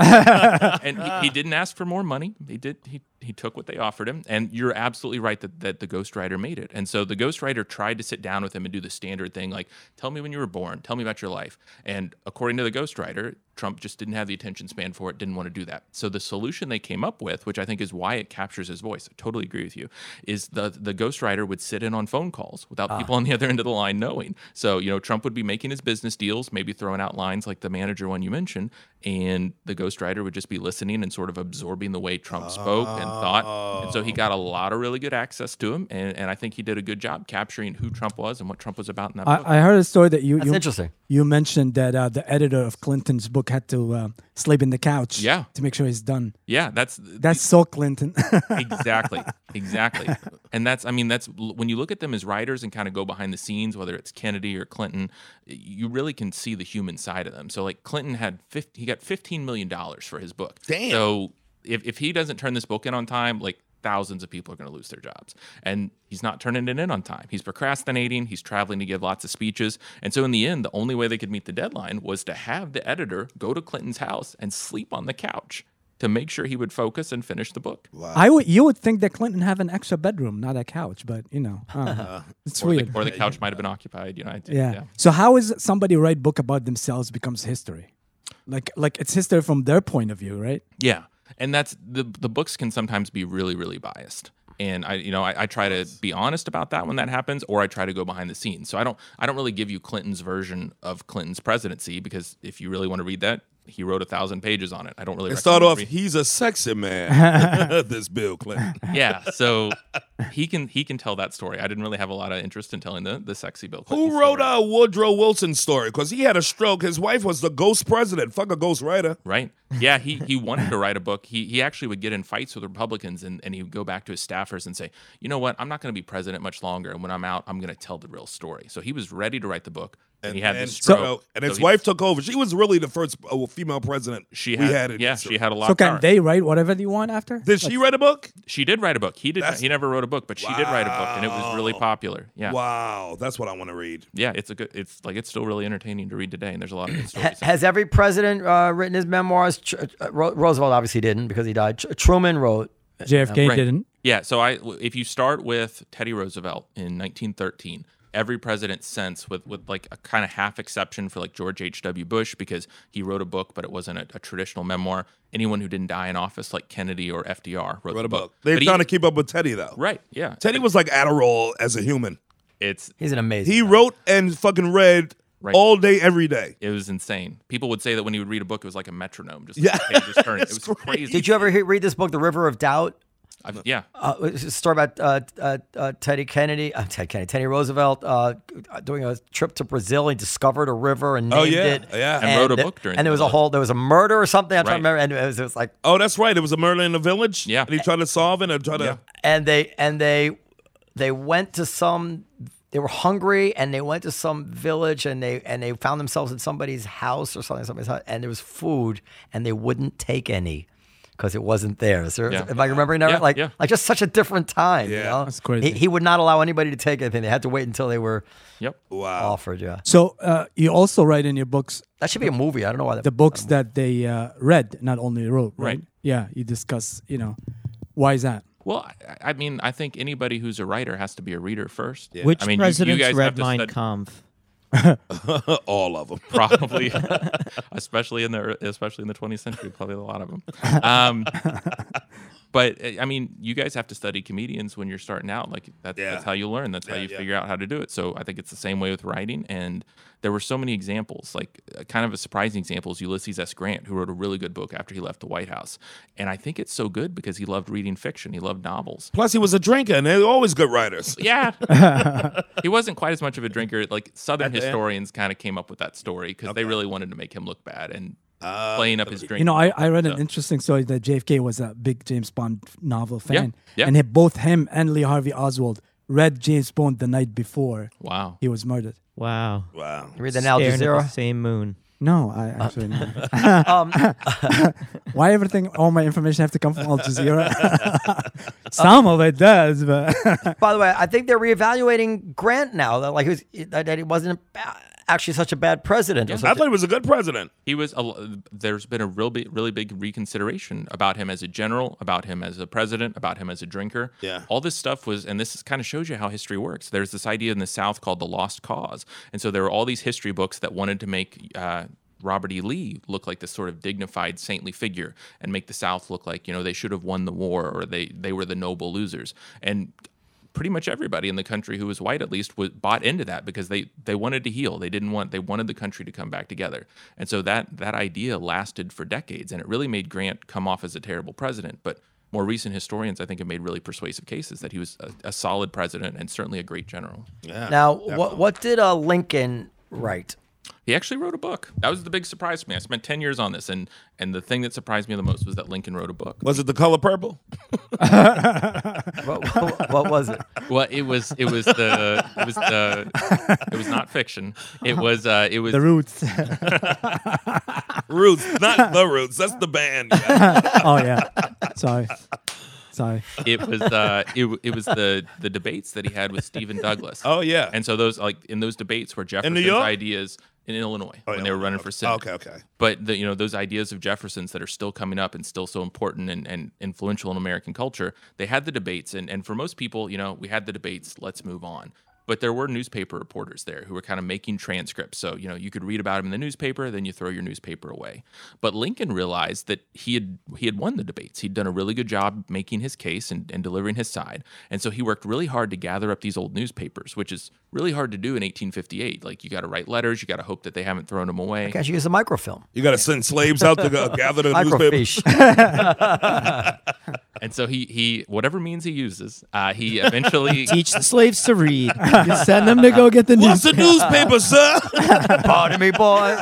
[LAUGHS] it. and he, he didn't ask for more money. He did. He, he took what they offered him. And you're absolutely right that, that the ghostwriter made it. And so the ghostwriter tried to sit down with him and do the standard thing like, tell me when you were born, tell me about your life. And according to the ghostwriter, Trump just didn't have the attention span for it, didn't want to do that. So the solution they came up with, which I think is why it captures his voice, I totally agree with you, is the the ghostwriter would sit in on phone calls without Ah. people on the other end of the line knowing. So, you know, Trump would be making his business deals, maybe throwing out lines like the manager one you mentioned, and the ghostwriter would just be listening and sort of absorbing the way Trump spoke and thought. And so he Oh. got a lot of really good access to him. And, and I think he did a good job capturing who Trump was and what Trump was about in that book. I, I heard a story that you That's you, interesting. you mentioned that uh, the editor of Clinton's book had to uh, sleep in the couch. Yeah. To make sure he's done. yeah, that's That's so Clinton. [LAUGHS] exactly exactly and that's i mean that's when you look at them as writers and kind of go behind the scenes whether it's kennedy or clinton you really can see the human side of them so like clinton had 50, he got 15 million dollars for his book Damn. so if, if he doesn't turn this book in on time like thousands of people are going to lose their jobs and he's not turning it in on time he's procrastinating he's traveling to give lots of speeches and so in the end the only way they could meet the deadline was to have the editor go to clinton's house and sleep on the couch to make sure he would focus and finish the book. I would. You would think that Clinton have an extra bedroom, not a couch, but you know, I don't know. it's Or weird. the, or the couch might have been occupied. You know, I did, yeah. So how is somebody write book about themselves becomes history? Like like it's history from their point of view, right? Yeah, and that's the the books can sometimes be really really biased, and I you know I, I try to be honest about that when that happens, or I try to go behind the scenes. So I don't I don't really give you Clinton's version of Clinton's presidency because if you really want to read that, he wrote a thousand pages on it. I don't really And start recommend off, [LAUGHS] reading- he's a sexy man. [LAUGHS] this Bill Clinton. yeah, so he can he can tell that story. I didn't really have a lot of interest in telling the the sexy Bill. Clinton Who wrote story. a Woodrow Wilson story? Because he had a stroke. His wife was the ghost president. Fuck a ghost writer. Right. Yeah, he, he wanted to write a book. He he actually would get in fights with Republicans and, and he would go back to his staffers and say, you know what, I'm not going to be president much longer. And when I'm out, I'm going to tell the real story. So he was ready to write the book and, he had and, this stroke. and So his he- wife took over. She was really the first uh, female president she we had, had. in yeah, history. she had a lot So of can power. they write whatever they want after? Did she write a book? she did write a book. He did not, That's- he never wrote a book, but she did write a book and it was really Wow. popular. Yeah. Wow, that's what I want to read. Yeah, it's a good it's like it's still really entertaining to read today and there's a lot of good Ha- stories. has every president uh, written his memoirs? Tr- uh, Ro- Roosevelt obviously didn't because he died. Tr- Truman wrote. JFK Right. didn't. Yeah. So I, if you start with Teddy Roosevelt in 1913, every president since, with with like a kind of half exception for like George H. W. Bush because he wrote a book, but it wasn't a, a traditional memoir. Anyone who didn't die in office, like Kennedy or FDR, Wrote wrote, the a book. book. They're But he- trying to keep up with Teddy though. right. Yeah. Teddy was like Adderall as a human. It's He's an amazing. He guy. wrote and fucking read Right. all day, every day. it was insane. People would say that when he would read a book, it was like a metronome, just yeah, pages [LAUGHS] turning. It was crazy. Did you ever hear, read this book, The River of Doubt? I've- yeah. uh, it's a story about uh, uh, uh, Teddy Kennedy, uh, Ted Kennedy, Teddy Roosevelt uh, doing a trip to Brazil. He discovered a river and named Oh, yeah, it, yeah. And wrote a th- book during And the there was a Brazil. whole there was a murder or something. I'm trying to Right. remember. And it was, it was like Oh, that's right. It was a murder in the village. Yeah. and he tried to solve it. And tried to. and they and they they went to some. They were hungry and they went to some village and they and they found themselves in somebody's house or something. Somebody's house, and there was food and they wouldn't take any. Because it wasn't theirs. Or- Yeah. Am I remembering that? Yeah, right? like, yeah. like just such a different time. you Yeah. know? That's crazy. He, he would not allow anybody to take anything. They had to wait until they were Yep. Wow. offered. Yeah, So uh, you also write in your books that should be a movie. I don't know why that. the books that they uh, read, not only wrote, right? Right. Yeah, you discuss. You know, why is that? Well, I- I mean, I think anybody who's a writer has to be a reader first. Yeah. Which I mean, you- you presidents guys have read to Mein stud- Kampf? all of them. probably, [LAUGHS] especially in the especially in the 20th century, probably a lot of them. [LAUGHS] Um, but uh, I mean, you guys have to study comedians when you're starting out. Like that, Yeah. that's how you learn. That's how Yeah, you yeah. figure out how to do it. So I think it's the same way with writing. And there were so many examples. Like uh, kind of a surprising example is Ulysses S. Grant, who wrote a really good book after he left the White House. And I think it's so good because he loved reading fiction. He loved novels. Plus, he was a drinker, and they're always good [LAUGHS] writers. Yeah. [LAUGHS] he wasn't quite as much of a drinker. Like Southern the end. historians kind of came up with that story because they really wanted to make him look bad and Ah, playing up his drink. You know, I, I read an interesting story that JFK was a big James Bond novel Yeah, fan, yeah. and he, both him and Lee Harvey Oswald read James Bond the night before wow. he was murdered. Wow. Wow. Read that Al Staring at the Jazeera. same moon. No, I actually. know. Um, Why everything, all my information have to come from Al Jazeera? [LAUGHS] Some of it does, but [LAUGHS] by the way, I think they're reevaluating Grant now. That like he was, that, that he wasn't ba- actually such a bad president. or I something. thought he was a good president. He was, a, there's been a real big, really big reconsideration about him as a general, about him as a president, about him as a drinker. Yeah. All this stuff was, and this kind of shows you how history works. There's this idea in the South called the lost cause. And so there were all these history books that wanted to make, uh, Robert E. Lee look like this sort of dignified, saintly figure, and make the South look like you know they should have won the war or they they were the noble losers. And pretty much everybody in the country who was white at least was bought into that because they they wanted to heal they didn't want they wanted the country to come back together and so that that idea lasted for decades and it really made grant come off as a terrible president but more recent historians i think have made really persuasive cases that he was a, a solid president and certainly a great general Yeah. now, what what did uh, Lincoln write? he actually wrote a book that was the big surprise for me i spent 10 years on this and and the thing that surprised me the most was that lincoln wrote a book was it the color purple? What, [LAUGHS] what, what was it? well it was it was the it was the it was not fiction it was uh it was the roots. [LAUGHS] Roots, not the Roots. That's the band. guys. oh yeah, sorry. Sorry. it was uh, it, w- it was the the debates that he had with Stephen Douglas. Oh, yeah. and so those like in those debates were Jefferson's York? ideas in Illinois when they were running for senate. Okay, okay. But the, you know those ideas of Jefferson's that are still coming up and still so important and, and influential in American culture. They had the debates, and and for most people, you know, we had the debates. Let's move on. But there were newspaper reporters there who were kind of making transcripts. So you know you could read about him in the newspaper, then you throw your newspaper away. But Lincoln realized that he had he had won the debates. He'd done a really good job making his case and, and delivering his side, and so he worked really hard to gather up these old newspapers, which is really hard to do in 1858. Like you got to write letters, you got to hope that they haven't thrown them away. Can't you use a microfilm? [LAUGHS] You got to send slaves out to [LAUGHS] go gather the newspapers. [LAUGHS] Microfiche. And so he he whatever means he uses, uh, he [LAUGHS] eventually Teach the slaves to read. You send them to go get the What's news. the newspaper, sir? [LAUGHS] Pardon me, boy.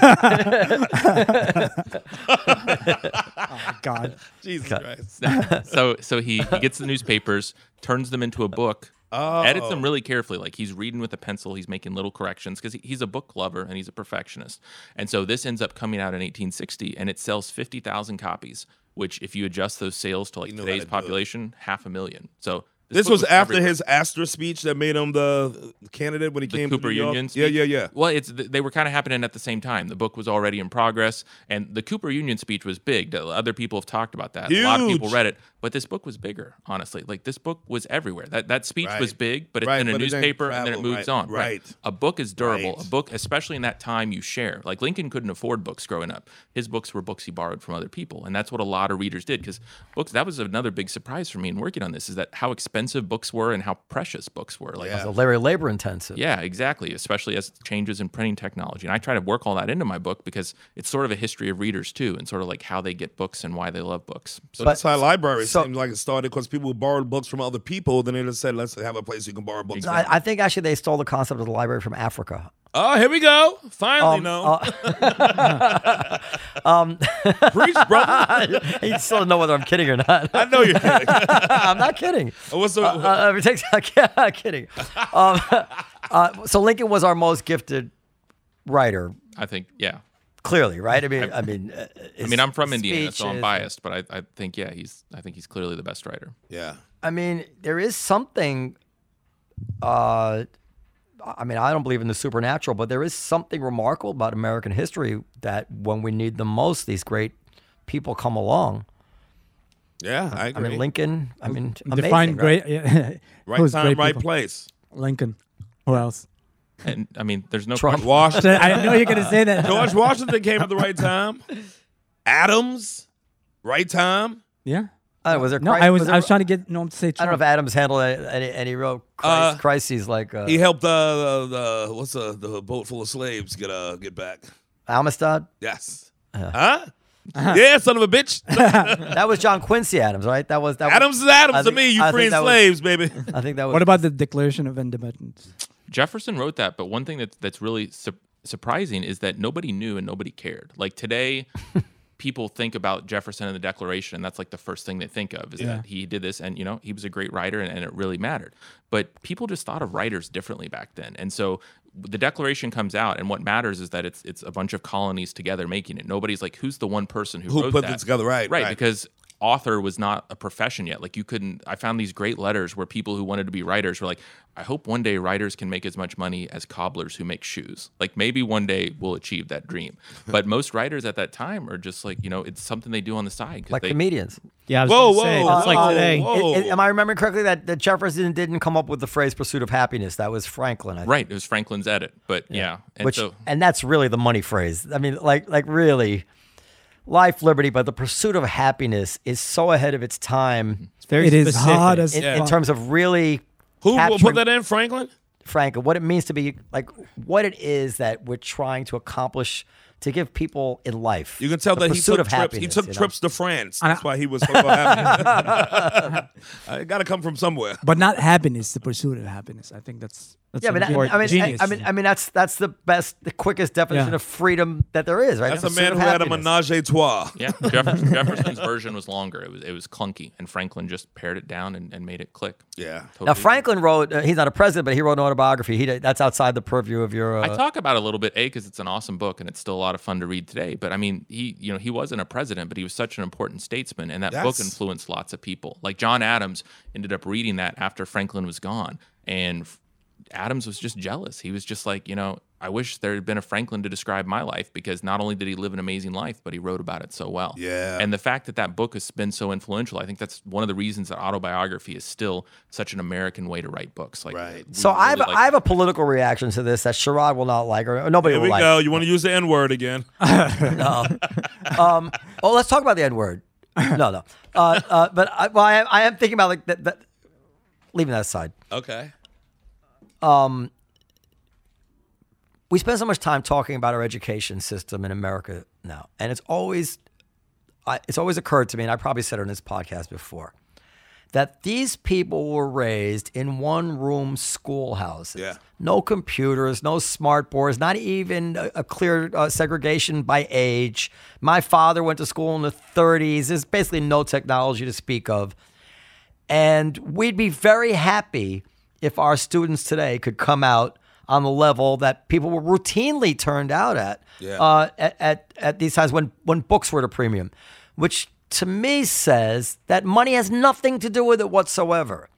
God. [LAUGHS] Jesus Christ. so so he, he gets the newspapers, turns them into a book, edits Oh. them really carefully. Like he's reading with a pencil, he's making little corrections because he, he's a book lover and he's a perfectionist. And so this ends up coming out in 1860, and it sells 50,000 copies. Which, if you adjust those sales to like knew how today's to do it. population, half a million. So This book was after everywhere. his Astra speech that made him the candidate when he the came Cooper to New York. Union. Yeah, speech. yeah, yeah. Well, it's th- they were kind of happening at the same time. The book was already in progress, and the Cooper Union speech was big. The- Other people have talked about that. A lot of people Huge. read it, but this book was bigger. Honestly, like this book was everywhere. That that speech was Right. big, but it's Right, in a but it didn't newspaper, and then it travel, right, moves on. right. A book is durable. Right. A book, especially in that time, you share. Like Lincoln couldn't afford books growing up. His books were books he borrowed from other people, and that's what a lot of readers did. Because books, that was another big surprise for me in working on this, is that how expensive books were and how precious books were. Like So Larry labor intensive. yeah, exactly. Especially as changes in printing technology. And I try to work all that into my book because it's sort of a history of readers too, and sort of like how they get books and why they love books. So that's how libraries so- seemed like it started because people borrowed books from other people. Then they just said, let's have a place you can borrow books. from." I, I think actually they stole the concept of the library from Africa. Oh, here we go. Finally, Um, no. Um, Preach, brother. [LAUGHS] you still don't know whether I'm kidding or not. [LAUGHS] I know you're kidding. [LAUGHS] I'm not kidding. What's the, Uh, uh, it takes, [LAUGHS] I'm kidding. Um, [LAUGHS] uh, so Lincoln was our most gifted writer, I think, yeah. clearly, right? I mean, I mean, uh, I his mean, I'm from Indiana, so I'm speeches- biased, but I, I think, yeah, he's. I think he's clearly the best writer. yeah. I mean, there is something. Uh, I mean, I don't believe in the supernatural, but there is something remarkable about American history that when we need them most, these great people come along. Yeah, I I agree. mean, Lincoln. I mean, amazing, Define right? great. Yeah. [LAUGHS] right Who's time, great right people? place. Lincoln. Who else? [LAUGHS] And I mean, there's no Trump. question. [LAUGHS] Washington. I know you're going to say that. George Washington came at the right time. Adams, right time. Yeah. I don't know, Oh, was there No, cri- I was there- I was trying to get Norm to say I don't know Trump. if Adams handled any, any, any real cris- Uh, crises like uh, He helped uh, the, the what's the, the boat full of slaves get uh get back. Amistad. Yes. Uh-huh. Huh? Yeah, son of a [LAUGHS] bitch. That was John Quincy Adams, right? That was that. was- Adams is Adams I to think- me. You I think free and that was- slaves, [LAUGHS] baby. I think that was. What about the Declaration of Independence? Jefferson wrote that, but one thing that's that's really su- surprising is that nobody knew and nobody cared. Like [LAUGHS] today, people think about Jefferson and the Declaration, and that's like the first thing they think of is that he did this, and you know he was a great writer, and, and it really mattered. But people just thought of writers differently back then, and so the Declaration comes out, and what matters is that it's it's a bunch of colonies together making it. Nobody's like, who's the one person who Who wrote put that? this together? Right, right, right. because author was not a profession yet. Like you couldn't I found these great letters where people who wanted to be writers were like, I hope one day writers can make as much money as cobblers who make shoes. Like maybe one day we'll achieve that dream. But most writers at that time are just like, you know, it's something they do on the side. 'cause like they, comedians? Yeah, I was Whoa, gonna say, whoa, that's whoa, like today. whoa. I- I- am I remembering correctly that, that Jefferson didn't come up with the phrase "pursuit of happiness"? That was Franklin, I think. Right. It was Franklin's edit. But yeah. And Which [LAUGHS] so and that's really the money phrase. I mean, like like really, life, liberty, but the pursuit of happiness is so ahead of its time It's very It is specific. hard as in, in fuck. terms of really Mm-hmm. Who will capturing- put that in? Franklin. Frank, what it means to be like what it is that we're trying to accomplish to give people in life. You can tell the that he pursuit took of trips. He happiness, took you know? trips to France. That's why he was so happy. [LAUGHS] [LAUGHS] it got to come from somewhere. But not happiness, the pursuit of happiness. I think that's that's Yeah, but I, I mean, important. I, genius. I mean, I mean, that's that's the best, the quickest definition Yeah. of freedom that there is, right? That's The a man who pursuit of had a happiness. menage a trois. yeah, Jefferson, Jefferson's version was longer. It was it was clunky, and Franklin just pared it down and, and made it click. Yeah. Totally. Now Franklin wrote. Uh, he's not a president, but he wrote an autobiography. He did- that's outside the purview of your. Uh, I talk about it a little bit, A, because it's an awesome book and it's still lot of fun to read today. But I mean, he you know he wasn't a president, but he was such an important statesman, and that book Yes. influenced lots of people. Like John Adams ended up reading that after Franklin was gone, and F- Adams was just jealous. He was just like, you know, I wish there had been a Franklin to describe my life because not only did he live an amazing life, but he wrote about it so well. Yeah. And the fact that that book has been so influential, I think that's one of the reasons that autobiography is still such an American way to write books. Like, Right. we So I have really like I have a political reaction to this that Sherrod will not like or nobody Here will we like. go. You want to use the N word [LAUGHS] again? Um, oh, let's talk about the N word. No, no. Uh, uh, but I, well, I, am- I am thinking about like that. that leaving that aside, Okay. we spend so much time talking about our education system in America now, and it's always, I, it's always occurred to me, and I probably said it on this podcast before, that these people were raised in one-room schoolhouses. Yeah. No computers, no smart boards, not even a, a clear uh, segregation by age. My father went to school in the 30s. There's basically no technology to speak of. And we'd be very happy if our students today could come out on the level that people were routinely turned out at Yeah. uh, at, at, at these times when, when books were at a premium, which to me says that money has nothing to do with it whatsoever.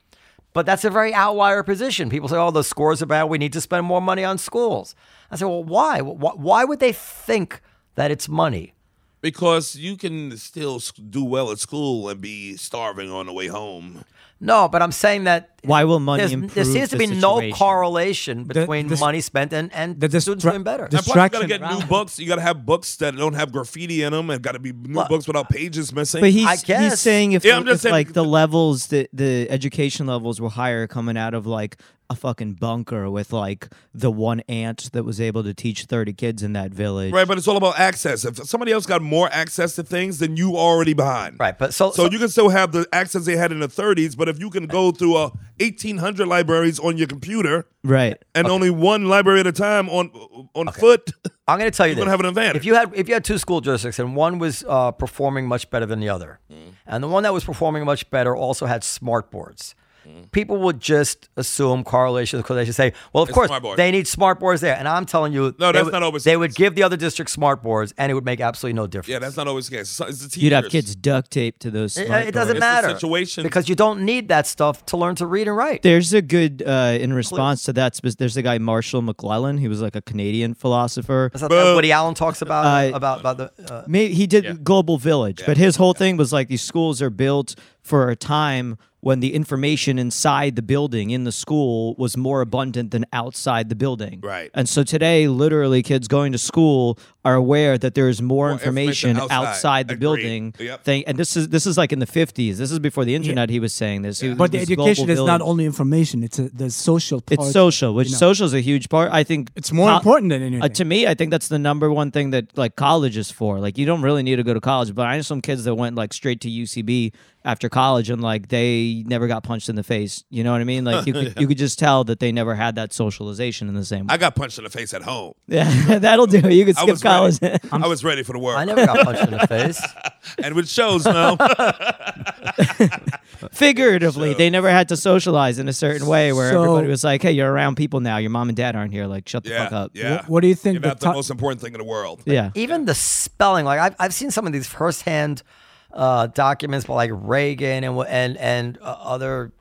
But that's a very outlier position. People say, oh, the scores are bad. We need to spend more money on schools. I say, well, why? Why why would they think that it's money? Because you can still s- do well at school and be starving on the way home. No, but I'm saying that Why will money there's- improve there seems to the be no situation? correlation between the- money spent and and the students distra- doing better. the- Plus, you gotta Distraction get new around. books. You gotta have books that don't have graffiti in them, and gotta be new Well, books without pages missing. But he's, I he's guess. saying if, Yeah, the- I'm just if, saying- like the levels that the education levels were higher coming out of like a fucking bunker with like the one aunt that was able to teach 30 kids in that village. right, but it's all about access. If somebody else got more access to things, then you already behind. right, but so, So so, you can still have the access they had in the 30s, but if you can go through uh, 1,800 libraries on your computer Right. and only one library at a time on on foot, I'm going to tell you you're this: gonna have an advantage. If you had if you had two school districts and one was uh, performing much better than the other, Mm. and the one that was performing much better also had smart boards. Mm. People would just assume correlations because they should say, "Well, of course smart board. they need smart boards there." And I'm telling you, No, they that's would- not always- They would give the other district smart boards, and it would make absolutely no [LAUGHS] difference. yeah, that's not always the case. It's- It's the teachers. You'd have kids duct taped to those. It- uh, smart it doesn't boards. matter situation. because you don't need that stuff to learn to read and write. There's a good uh, in response to that. spe- There's a guy Marshall McLellan. He was like a Canadian philosopher. That's not that uh, Woody Allen talks about I- about about the. Uh, Maybe he did Global Village, but his whole thing was like these schools are built for a time when the information inside the building in the school was more abundant than outside the building. Right. And so today, literally, kids going to school are aware that there is more, information information, outside. outside. the Agreed. building. Yep. Thing. And this is this is like in the 50s. This is before the internet. He was saying this. He- But the this Global education is not Village. only information; it's a, the social part. It's social, which you know. social is a huge part. I think It's more co- important than anything. Uh, to me, I think that's the number one thing that like college is for. Like, you don't really need to go to college, but I know some kids that went like straight to UCB after college and like they never got punched in the face. You know what I mean? Like, [LAUGHS] you could, you could just tell that they never had that socialization in the same way. I got punched in the face at home. yeah, [LAUGHS] that'll do. it. You could I skip was college. [LAUGHS] ready. I was ready for the I world, never got punched in the face. and with [LAUGHS] shows now. Figuratively, they never had to socialize in a certain way where So- everybody was like, "Hey, you're around people now. Your mom and dad aren't here. Like, shut the fuck yeah, up." yeah. What do you think You're the not the, top- most important thing in the world. yeah. Even the spelling, like I've, I've seen some of these firsthand uh, documents by like Reagan and wha- and and uh, other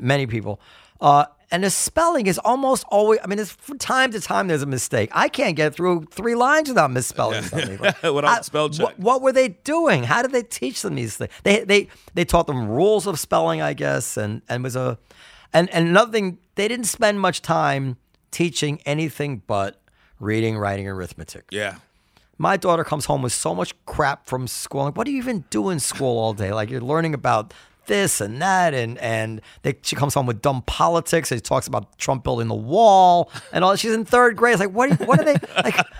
many people, uh, and the spelling is almost always. I mean, it's from time to time there's a mistake. I can't get through three lines without misspelling [LAUGHS] something. Like, Without I- spell check. What, what were they doing? How did they teach them these things? They they they taught them rules of spelling, I guess, and and was a and and another thing they didn't spend much time teaching anything but reading, writing, and arithmetic. Yeah. My daughter comes home with so much crap from school. Like, what do you even do in school all day? Like you're learning about this and that, and and they, she comes home with dumb politics. And she talks about Trump building the wall and all. She's in third grade. It's like, what? Are you, what are they like? [LAUGHS]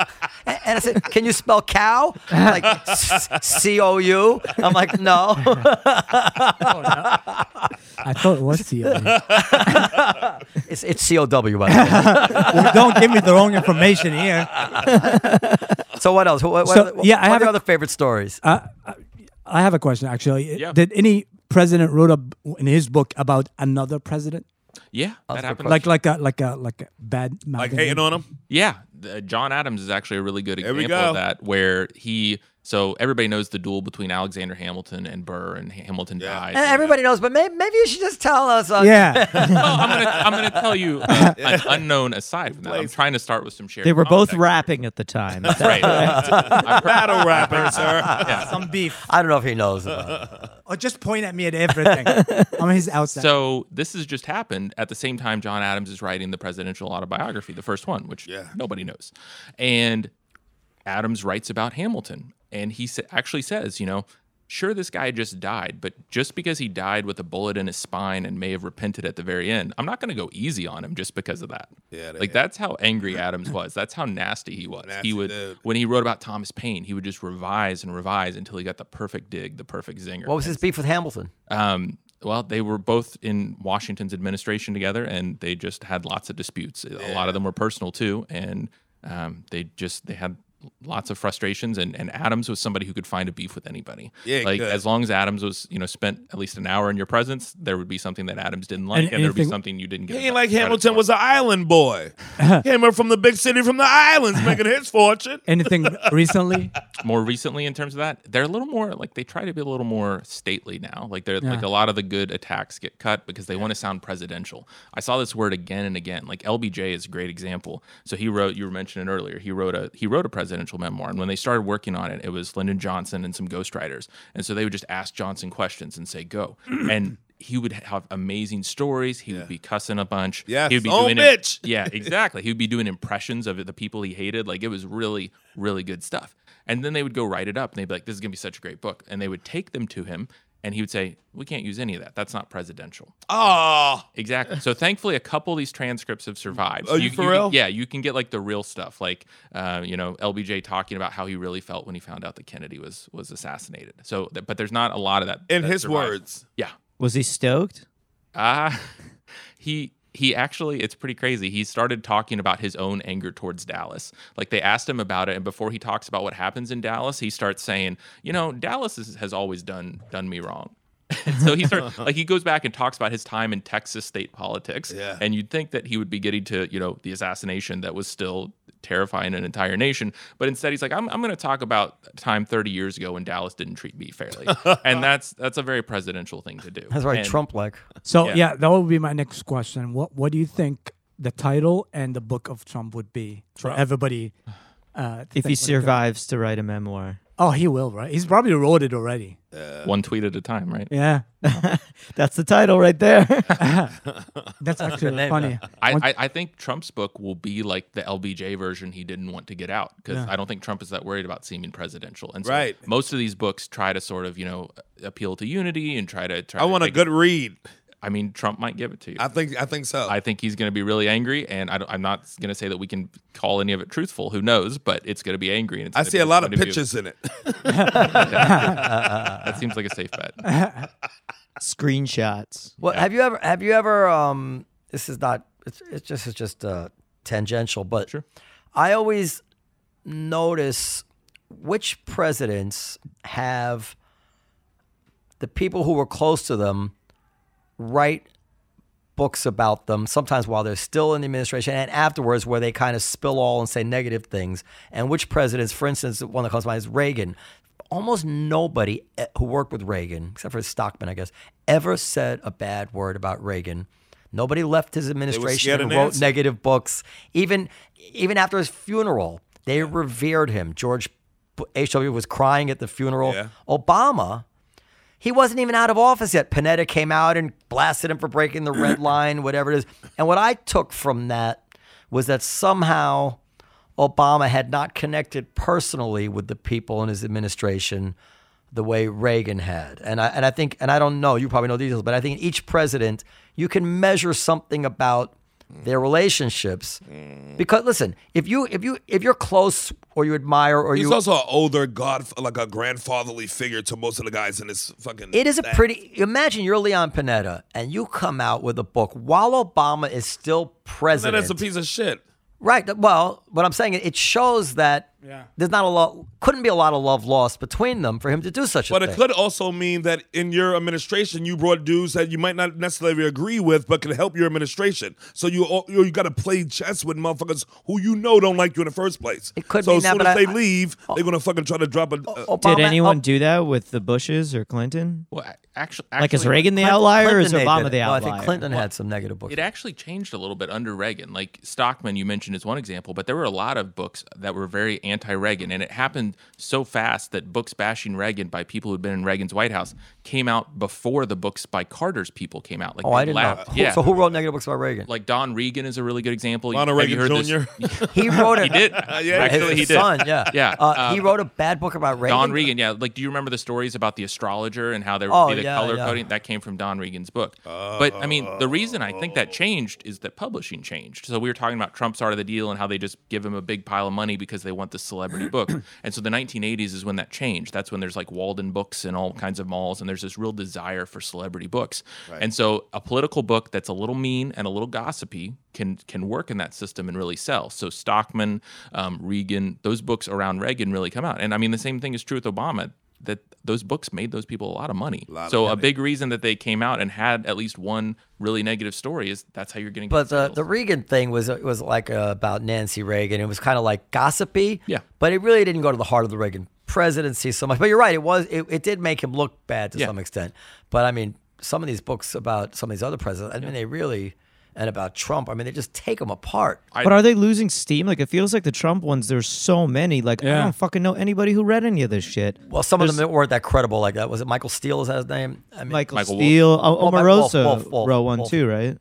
And, and I said, can you spell cow? Like C O U. I'm like, no. [LAUGHS] I thought it was [LAUGHS] CEO. It's it's C O W by the well, don't give me the wrong information [LAUGHS] here. way. So what else? What, what, So, what- yeah, I have a- Uh, what are your other favorite stories? I have a question actually. Yeah. Did any president wrote up in his book about another president? Yeah, that happened. Like like a like a like a bad Like hating on them. yeah, the, uh, John Adams is actually a really good There we example of go. that, where he. So everybody knows the duel between Alexander Hamilton and Burr, and Hamilton Yeah. [LAUGHS] dies. And everybody knows, but may, maybe you should just tell us. Uh, Yeah. [LAUGHS] Well, I'm gonna I'm gonna tell [LAUGHS] you uh, an unknown aside from that. I'm trying to start with some shared. They were both context. rapping at the time. [LAUGHS] Right. I pro- Battle rapping, sir. yeah. Some beef. I don't know if he knows. uh, About it. Or just point at me at everything. I'm his outside. So this has just happened at the same time John Adams is writing the presidential autobiography, the first one, which Yeah. nobody knows. And Adams writes about Hamilton, and he sa- actually says, you know, sure this guy just died, but just because he died with a bullet in his spine and may have repented at the very end, I'm not going to go easy on him just because of that. Yeah, they- like that's how [CLEARS THROAT] angry Adams was. That's how nasty he was. Nasty he would dude. when he wrote about Thomas Paine, he would just revise and revise until he got the perfect dig, the perfect zinger. What was his beef with Hamilton? Um, well, they were both in Washington's administration together, and they just had lots of disputes. A lot of them were personal too, and um, they just they had lots of frustrations. And, and Adams was somebody who could find a beef with anybody. Yeah, he like could. as long as Adams was you know spent at least an hour in your presence, there would be something that Adams didn't like, And and, there would be anything- something you didn't get. He ain't enough like credit Hamilton for. was an island [LAUGHS] boy. Came up from the big city from the islands, making his [LAUGHS] fortune. [LAUGHS] Anything recently? more recently in terms of that they're a little more like they try to be a little more stately now like they're like Yeah. a lot of the good attacks get cut because they want to sound presidential i saw this word again and again like lbj is a great example so he wrote you were mentioning earlier he wrote a he wrote a presidential memoir and when they started working on it it was lyndon johnson and some ghostwriters and so they would just ask johnson questions and [CLEARS THROAT] say go and he would have amazing stories he would be cussing a bunch Yes, he would be own doing bitch. yeah, exactly. He would be doing impressions of the people he hated. Like it was really, really good stuff. And then they would go write it up and they'd be like, this is going to be such a great book. And they would take them to him and he would say, we can't use any of that. That's not presidential. Oh, Exactly. So thankfully, a couple of these transcripts have survived. Oh, you for can- real? yeah, you can get like the real stuff, like uh, you know LBJ talking about how he really felt when he found out that Kennedy was was assassinated. So, th- but there's not a lot of that in that his survives. words. Yeah. Was he stoked? Uh, [LAUGHS] he he actually it's pretty crazy. He started talking about his own anger towards Dallas. Like they asked him about it and before he talks about what happens in Dallas, he starts saying, "You know, Dallas is, has always done done me wrong." [LAUGHS] And so he starts like he goes back and talks about his time in Texas state politics. Yeah. And you'd think that he would be getting to, you know, the assassination that was still terrifying an entire nation. But instead he's like, I'm, I'm gonna talk about a time 30 years ago when Dallas didn't treat me fairly. and that's that's a very presidential thing to do. That's right, And- Trump like. So yeah. Yeah. that would be my next question. What What do you think the title and the book of Trump would be for everybody? Uh, to think If he when it comes- survives to write a memoir, oh, he will, right? He's probably wrote it already. one tweet at a time, right? Yeah, that's the title right there. that's actually name, funny. I, I, I think Trump's book will be like the LBJ version he didn't want to get out because I don't think Trump is that worried about seeming presidential. And so Right. most of these books try to sort of, you know, appeal to unity and try to try I to want a take- good read. I mean, Trump might give it to you. I think. I think so. I think he's going to be really angry, and I am not going to say that we can call any of it truthful. Who knows? But it's going to be angry. And it's I gonna see be a lot of going to be- pictures in it. that seems like a [LAUGHS] safe bet. [LAUGHS] Screenshots. Well, have you ever? Have you ever? Um, this is not. It's, it's just. It's just uh, tangential, but Sure. I always notice which presidents have the people who were close to them write books about them sometimes while they're still in the administration and afterwards where they kind of spill all and say negative things and which presidents for instance the one that comes to mind is reagan almost nobody eh, who worked with reagan except for stockman i guess ever said a bad word about reagan nobody left his administration scared and of wrote Nancy. negative books even even after his funeral they revered him george Bu- hw was crying at the funeral Yeah. obama he wasn't even out of office yet. Panetta came out and blasted him for breaking the red line, whatever it is. And what I took from that was that somehow Obama had not connected personally with the people in his administration the way Reagan had. And I and I think and I don't know, you probably know the details, but I think in each president you can measure something about their relationships. Because listen, if you if you if you're close or you admire or He's you also an older god, like a grandfatherly figure to most of the guys in this fucking. It is a thing. pretty. Imagine you're Leon Panetta and you come out with a book while Obama is still That president. is a piece of shit. right. Well, what I'm saying it shows that Yeah. There's not a lot. Couldn't be a lot of love lost between them for him to do such a But thing. it could also mean that in your administration, you brought dudes that you might not necessarily agree with, but can help your administration. So you all- you, you got to play chess with motherfuckers who you know don't like you in the first place. It could so mean as that, soon but as I- they I- leave, they're gonna fucking try to drop a. a- Obama- Did anyone oh, do that with the Bushes or Clinton? Well, a- actually, Like, is actually, Reagan the Clinton- outlier or is Clinton Obama did the it. No, outlier? I think Clinton had some negative books. It actually changed a little bit under Reagan. Like Stockman, you mentioned is one example, but there were a lot of books that were very anti-Reagan, and it happened so fast that books bashing Reagan by people who'd been in Reagan's White House came out before the books by Carter's people came out. Like, oh, they I didn't know. [LAUGHS] laughed- Who- Yeah, So who wrote negative books about Reagan? like Don Regan is a really good example. You- Ronald have you Reagan heard Jr. This? he wrote it. [LAUGHS] He did. [LAUGHS] yeah, actually, his he did. son, yeah, Yeah, Uh, he um, wrote a bad book about Reagan. Don Regan, yeah. Like, do you remember the stories about the astrologer and how there would Oh, be the yeah, color yeah. coding? That came from Don Regan's book. but I mean, the reason I think that changed is that publishing changed. So we were talking about Trump's art of the deal and how they just give him a big pile of money because they want [CLEARS THROAT] the celebrity book. And so the 1980s is when that changed. That's when there's like Walden Books and all kinds of malls, and there's this real desire for celebrity books. And so a political book that's a little mean and a little gossipy can can work in that system and really sell. So Stockman, um, Regan, those books around Reagan really come out. And I mean, the same thing is true with Obama. That those books made those people a lot of money. so a big reason that they came out and had at least one really negative story is that's how you're getting. But uh, the, sales. the Reagan thing was was like uh, about Nancy Reagan. It was kind of like gossipy. Yeah. But it really didn't go to the heart of the Reagan presidency so much. But you're right. It was it, it did make him look bad to Yeah. some extent. But I mean, some of these books about some of these other presidents. I mean, they really and about Trump. I mean, they just take them apart. I- But are they losing steam? Like it feels like the Trump ones. There's so many. Like I Yeah. don't fucking know anybody who read any of this shit. Well, some of them weren't that credible. Like that was it Michael Steele is that his name? I mean, Michael, Michael Wolff. Steele, Oh, o- Michael Wolff, Omarosa Wolff, Wolff, wrote one Wolff. too, right?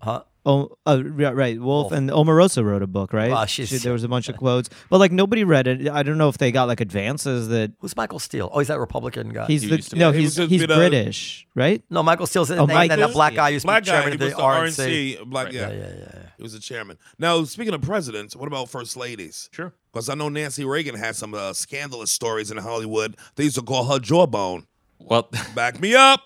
Huh? Oh, uh, yeah, right. Wolf, and Omarosa wrote a book, right? Wow, she's- She- there was a bunch of quotes, but like nobody read it. I don't know if they got like advances that Who's Michael Steele? Oh, he's that Republican guy. he's He the used to be- no, he he's was just he's been a- British, right? no, Michael Steele's his Oh, name. Then Michael that black guy used to black be guy, chairman he of was the the, RNC. RNC. Black, yeah. Yeah, yeah, yeah. He was the chairman. Now, speaking of presidents, what about first ladies? Sure. Because I know Nancy Reagan had some uh, scandalous stories in Hollywood. They used to call her jawbone. well, [LAUGHS] Back me up.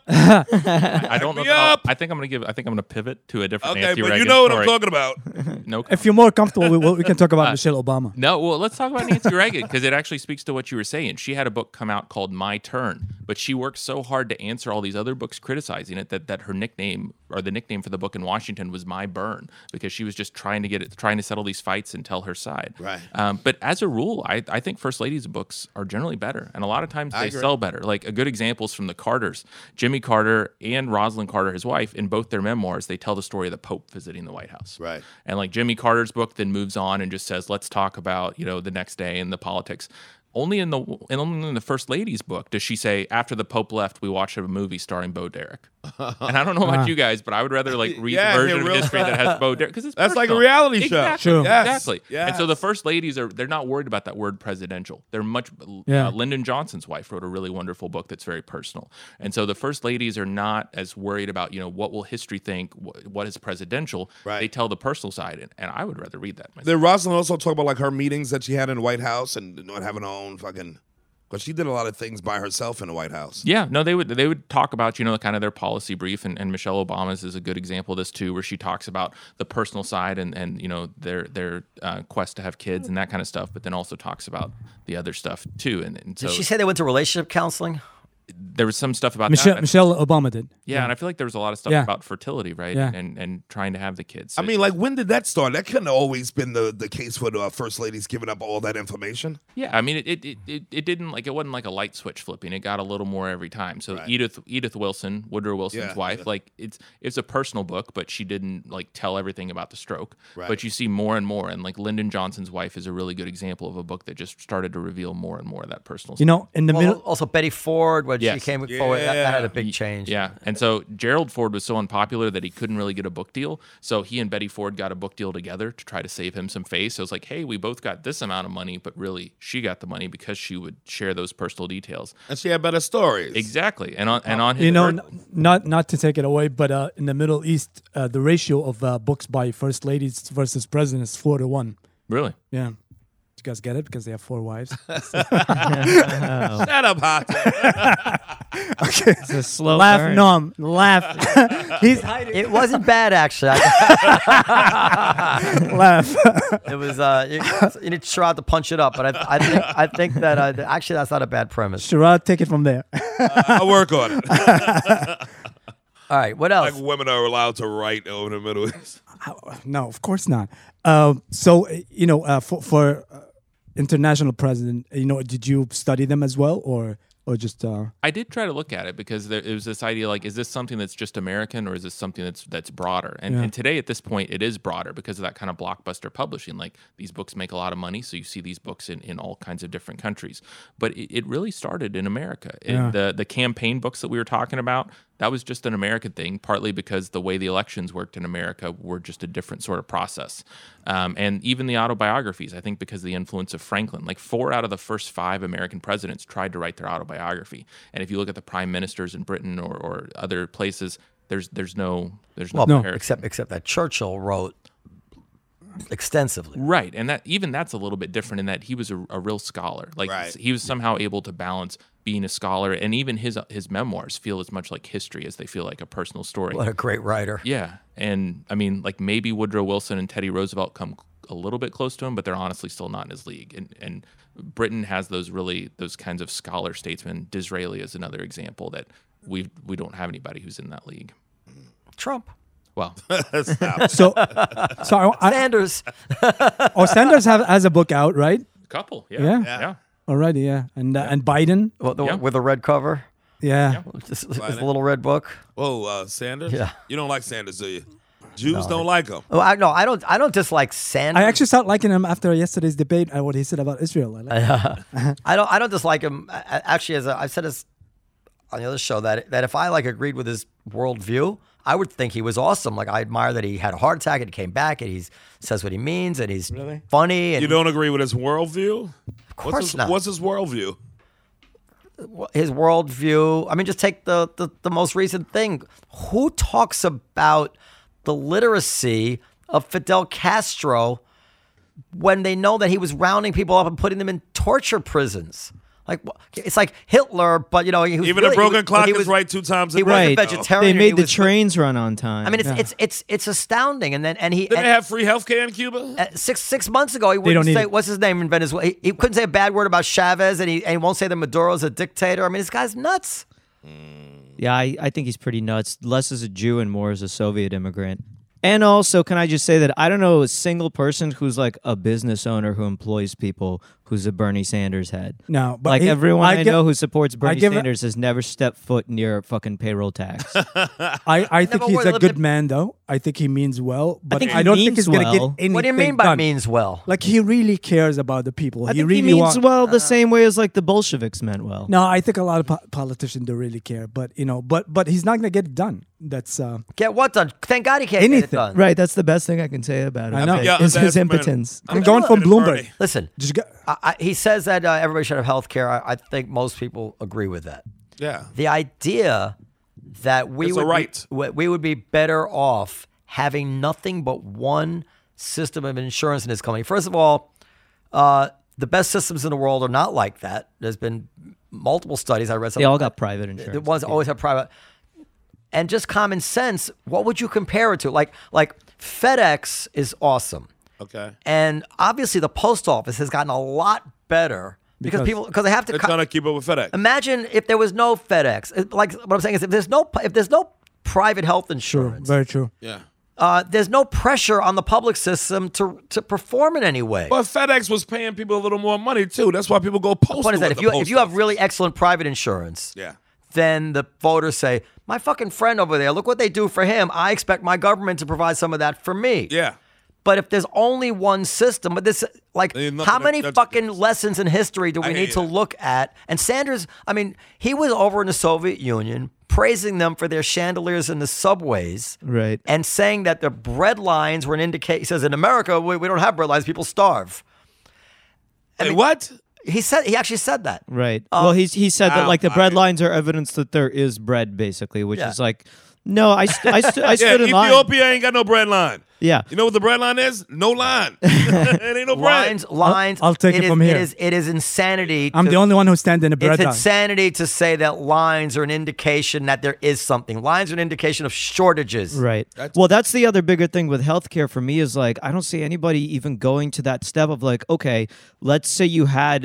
I don't know. me That I'll- up. I think I'm gonna give. I think I'm gonna pivot to a different. Okay, Nancy but you Reagan know what I'm story. talking about. No, If you're more comfortable, we, we can talk about Michelle Obama. No, well, let's talk about Nancy Reagan because it actually speaks to what you were saying. She had a book come out called My Turn, but she worked so hard to answer all these other books criticizing it that, that her nickname or the nickname for the book in Washington was My Burn because she was just trying to get it, trying to settle these fights and tell her side. Right. Um, but as a rule, I, I think first ladies' books are generally better, and a lot of times they sell better. Like a good example is from the Carters, Jimmy Carter and Rosalind Carter, his wife, in both their memoirs, they tell the story of the Pope visiting the White House. Right. And like Jimmy Carter's book then moves on and just says, let's talk about, you know, the next day and the politics. Only in the and only in the first lady's book does she say, after the Pope left, we watched a movie starring [LAUGHS] Bo Derek. And I don't know about you guys, but I would rather like read Yeah, a version they're of real- history that [LAUGHS] has Bo Derek because it's That's like a personal. reality show. Exactly, True. Yes, Exactly. And so the yes. first ladies are they're not worried about that word presidential. They're much Yeah. uh, Lyndon Johnson's wife wrote a really wonderful book that's very personal. And so the first ladies are not as worried about, you know, what will history think, wh- what is presidential. Right. They tell the personal side and, and I would rather read that. myself. Then Rosalind also talked about like her meetings that she had in the White House and not having her own fucking. Because she did a lot of things by herself in the White House. Yeah, no, they would they would talk about you know kind of their policy brief, and, and Michelle Obama's is a good example of this too, where she talks about the personal side and and you know their their uh, quest to have kids and that kind of stuff, but then also talks about the other stuff too. And, and so Did she say they went to relationship counseling? there was some stuff about Michelle, that. Michelle Obama did. yeah, and I feel like there was a lot of stuff Yeah. about fertility, right? Yeah. And and trying to have the kids. I mean, like, when did that start? That couldn't have always been the, the case for the uh, first ladies giving up all that information. Yeah, I mean, it it, it- it it didn't like it wasn't like a light switch flipping. It got a little more every time. So Edith Edith Wilson, Woodrow Wilson's Yeah, wife, like it's it's a personal book, but she didn't like tell everything about the stroke. But you see more and more, and like Lyndon Johnson's wife is a really good example of a book that just started to real more and more of that personal. You know, in the Well, middle. also Betty Ford when she Yes. came forward, that, that had a big change. Yeah. And so Gerald Ford was so unpopular that he couldn't really get a book deal. So he and Betty Ford got a book deal together to try to save him some face. So it's like, hey, we both got this amount of money, but really she got the money because she would share those personal details. And she had better stories. Exactly. And on and on his Oh. You know, birth- n- not not to take it away, but uh, in the Middle East, uh, the ratio of uh, books by first ladies versus presidents is four to one. [LAUGHS] really. Yeah, Did you guys get it because they have four wives. Shut up, hot. okay. It's a slow laugh burn. numb. [LAUGHS] Laugh. He's hiding. It wasn't bad actually. I, [LAUGHS] laugh. [LAUGHS] it was. Uh, you, you need to try out to punch it up, but I, I think I think that uh, th- actually that's not a bad premise. Sherrod, take it from there. [LAUGHS] I work on it. All right, what else? like women are allowed to write over the Middle East. no, of course not. Um, so uh, you know, uh, for, for uh, international president, you know, did you study them as well, or or just? Uh, I did try to look at it because there it was this idea like, is this something that's just American or is this something that's that's broader? And, and today at this point, it is broader because of that kind of blockbuster publishing. Like these books make a lot of money, so you see these books in, in all kinds of different countries. But it, it really started in America. It- the the campaign books that we were talking about that was just an American thing, partly because the way the elections worked in America were just a different sort of process. Um, and even the autobiographies, I think, because of the influence of Franklin, like four out of the first five American presidents tried to write their autobiography. And if you look at the prime ministers in Britain or, or other places, there's there's no there's no, Well, comparison. except except that Churchill wrote extensively. Right, and that even that's a little bit different in that he was a, a real scholar. Like Right. he was somehow able to balance being a scholar, and even his his memoirs feel as much like history as they feel like a personal story. What a great writer. Yeah, and I mean, like maybe Woodrow Wilson and Teddy Roosevelt come a little bit close to him, but they're honestly still not in his league. And and Britain has those really those kinds of scholar statesmen. Disraeli is another example that we we don't have anybody who's in that league. Trump. Well, [LAUGHS] [LAUGHS] so, so I, I, Sanders. oh, Sanders have, has a book out, right? a couple, yeah, Yeah. yeah. Already, yeah, and uh, and Biden, Well, the- Yeah. With a red cover. yeah. This is a little red book. Whoa, uh, Sanders? Yeah. You don't like Sanders, do you? Jews don't like him. Oh, I, no, I don't. I don't dislike Sanders. I actually started liking him after yesterday's debate and what he said about Israel. I Uh, like I don't. I don't dislike him. I- I- Actually, as i I've said this on the other show, that that if I like agreed with his worldview, I would think he was awesome. Like I admire that he had a heart attack and came back, and he says what he means, and he's funny. And You don't agree with his worldview? Of course what's his, not. What's his worldview? his worldview. I mean, just take the, the the most recent thing. Who talks about the literacy of Fidel Castro when they know that he was rounding people up and putting them in torture prisons? Like wha- it's like Hitler, but you know, he was Even really- a broken he was- clock he is was- right two times He a was day. a Right. vegetarian. They he made the was- trains run on time. I mean, it's it's it's it's astounding. And then and he. Didn't and- they have free health care in Cuba? uh, Six six months ago, he don't wouldn't need say it. what's his name in Venezuela. He, he couldn't say a bad word about Chavez, and he, and he won't say that Maduro's a dictator. I mean, this guy's nuts. Yeah, I, I think he's pretty nuts. Less as a Jew and more as a Soviet immigrant. And also, can I just say that I don't know a single person who's like a business owner who employs people who's a Bernie Sanders head. No, but like he- everyone I I, gi- know who supports Bernie give a- Sanders has never stepped foot near a fucking payroll [LAUGHS] tax. I, I think but he's we're a good living- man, though. I think he means well, but I, think he don't think means he's gonna well. What get anything What do you mean by done. means well? Like he really cares about the people. I he think really he means wants. well the Uh. same way as like the Bolsheviks meant well. No, I think a lot of po- politicians don't really care, but you know, but but he's not gonna get it done. That's uh, Get what done? Thank God he can't get it Anything, done. Right, that's the best thing I can say about I know. it. Yeah, is his that's my- impotence. I'm going from Bloomberg. Bernie. Listen, Just go, I, I, he says that uh, everybody should have health care. I, I think most people agree with that. Yeah. The idea that we It's a would right. be, we- we would be better off having nothing but one system of insurance in this company. First of all, uh, the best systems in the world are not like that. There's been multiple studies I read. They all got private insurance. The ones that always have private. And just common sense. What would you compare it to? Like like FedEx is awesome. Okay. And obviously, the post office has gotten a lot better because, Because- people because they have to. They're co- trying to keep up with FedEx. imagine if there was no FedEx. It- Like what I'm saying is, if there's no if there's no private health true, insurance, very true. Yeah. uh, there's no pressure on the public system to to perform in any way. But FedEx was paying people a little more money too. That's why people go postal. What is that? at If the you if post you have office. really excellent private insurance, yeah, then the voters say, "My fucking friend over there, look what they do for him. I expect my government to provide some of that for me." yeah, But if there's only one system, but this like There's nothing how that- many that's- fucking lessons in history do we I need hate to that. look at? And Sanders, I mean, he was over in the Soviet Union praising them for their chandeliers in the subways. Right. And saying that their bread lines were an indicator. He says in America we, we don't have bread lines, people starve. And what? He said he actually said that. Right. well, he's he said that wow, like the Um, I- bread lines are evidence that there is bread, basically, which Yeah. is like No, I st- I, st- I [LAUGHS] Yeah, stood in line. Ethiopia ain't got no bread line. Yeah. You know what the bread line is? No line. it ain't no bread. Lines, lines. I'll take it is- from here. It is, it is insanity. I'm to- the only one who stands in a bread It's line. insanity to say that lines are an indication that there is something. Lines are an indication of shortages. Right. well, that's the other bigger thing with healthcare for me is like I don't see anybody even going to that step of like, okay, let's say you had,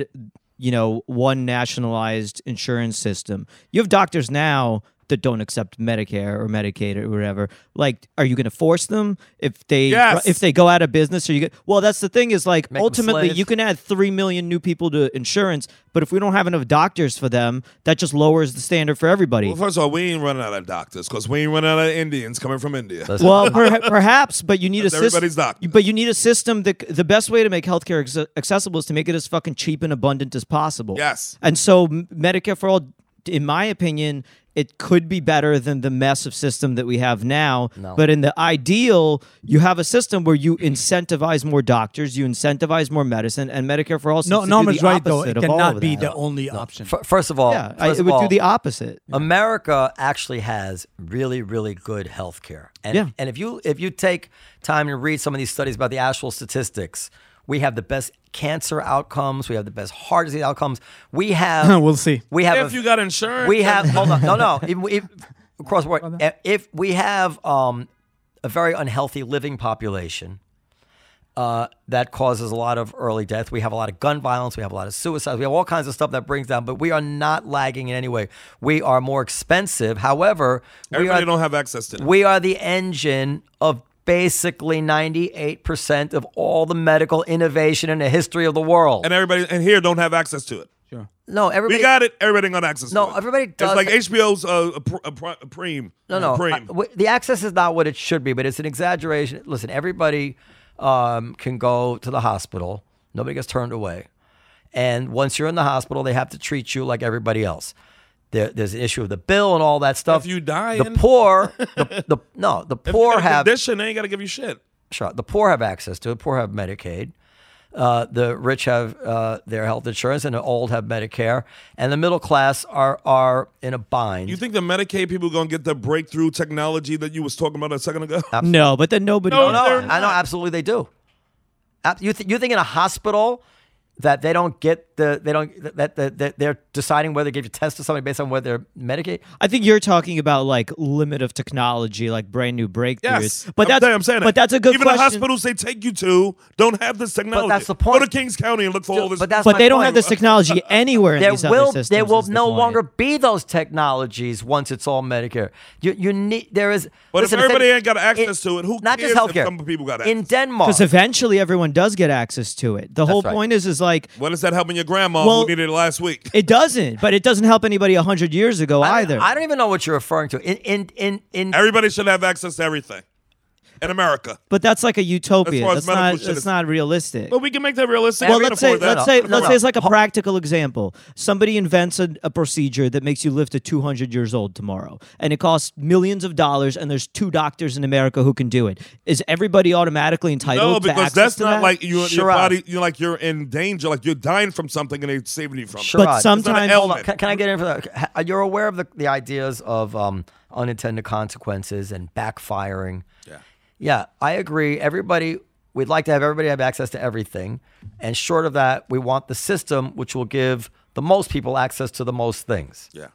you know, one nationalized insurance system. You have doctors now that don't accept Medicare or Medicaid or whatever. Like, are you going to force them if they Yes. if they go out of business? Are you? Go- well, that's the thing is like Make 'em ultimately slaves. you can add three million new people to insurance, but if we don't have enough doctors for them, that just lowers the standard for everybody. Well, first of all, we ain't running out of doctors because we ain't running out of Indians coming from India. Well, per- perhaps, but you need a That's system. everybody's doctor. But you need a system that c- the best way to make healthcare ex- accessible is to make it as fucking cheap and abundant as possible. Yes. And so M- Medicare for all, in my opinion, it could be better than the mess of system that we have now. But in the ideal, you have a system where you incentivize more doctors, you incentivize more medicine, and Medicare for all. Seems No, to do Norman's the right though. opposite It of all cannot of be that. the only option. F- first of all, Yeah, I, first it of would all, do the opposite. America actually has really, really good health care. And, Yeah. and if you if you take time to read some of these studies about the actual statistics, we have the best cancer outcomes, we have the best heart disease outcomes. We [LAUGHS] have we'll see. we have if a- you got insurance, we have hold on. No, no. If, if, across the board, if- if we have um, a very unhealthy living population uh, that causes a lot of early death, we have a lot of gun violence, we have a lot of suicides, we have all kinds of stuff that brings down. But we are not lagging in any way. We are more expensive. However, we everybody are don't have access to that. we are the engine of basically ninety eight percent of all the medical innovation in the history of the world. and everybody and here don't have access to it. no, everybody. We got it. Everybody got access. No, to it. everybody does- It's like HBO's uh, a pr- a pr- a Preem. No, no. I- Preem. w- the access is not what it should be, but it's an exaggeration. Listen, everybody um, can go to the hospital. Nobody gets turned away. And once you're in the hospital, they have to treat you like everybody else. There, there's an issue of the bill and all that stuff. If you die the in- [LAUGHS] poor, the, the no, the If you poor got a have condition. They ain't got to give you shit. sure, the poor have access to it. Poor have Medicaid. Uh, the rich have uh, their health insurance, and the old have Medicare, and the middle class are are in a bind. You think the Medicaid people gonna get the breakthrough technology that you was talking about a second ago? No, but then nobody. No, Oh, no, They're I know absolutely they do. Ab- You th- you think in a hospital that they don't get the they don't that, that, that they're deciding whether to give you test to somebody based on whether they're Medicaid? I think you're talking about like limit of technology, like brand new breakthroughs. Yes, but I'm that's saying- I'm saying. but that. that's a good Even question. the hospitals they take you to don't have this technology. that's the Go to point. Kings County and look for all this. But that's but my they don't point. have [LAUGHS] this technology anywhere in There these will other systems. there will is the no point. longer be those technologies once it's all Medicare. You you need there is. But if listen, everybody any- ain't got access to it, who not just cares if healthcare? some people got in access? Denmark. because eventually everyone does get access to it. The whole right. point is is like what is that helping your grandma Well- who needed it last week? it doesn't, but it doesn't help anybody hundred years ago I don't- either. I don't even know what you're referring to. In in in in Everybody should have access to everything in America. but that's like a As utopia. far as That's medical not shit that's is- not realistic. But we can make that realistic. Well, We can let's say afford that. let's say No, let's no. say it's like a practical example. Somebody invents a, a procedure that makes you live to 200 years old tomorrow, and it costs millions of dollars. And there's two doctors in America who can do it. Is everybody automatically entitled? No, to because access that's to not that? like you, your Sure. body. You like you're in danger, like you're dying from something, and they're saving you from Sure. it. But It's not an ailment. sometimes Hold on, Can, can I get in for that? Ha- uh, You're aware of the, the ideas of um, unintended consequences and backfiring. Yeah. Yeah, I agree. Everybody, we'd like to have everybody have access to everything. And short of that, we want the system which will give the most people access to the most things. Yeah.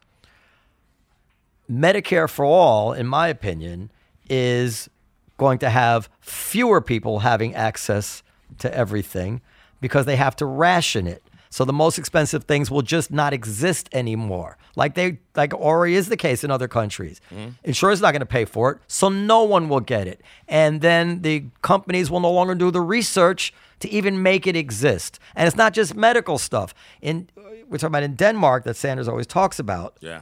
Medicare for all, in my opinion, is going to have fewer people having access to everything because they have to ration it. So the most expensive things will just not exist anymore. Like they like already is the case in other countries. Insurance is not going to pay for it, so no one will get it. And then the companies will no longer do the research to even make it exist. And it's not just medical stuff. In we're talking about in Denmark that Sanders always talks about Yeah.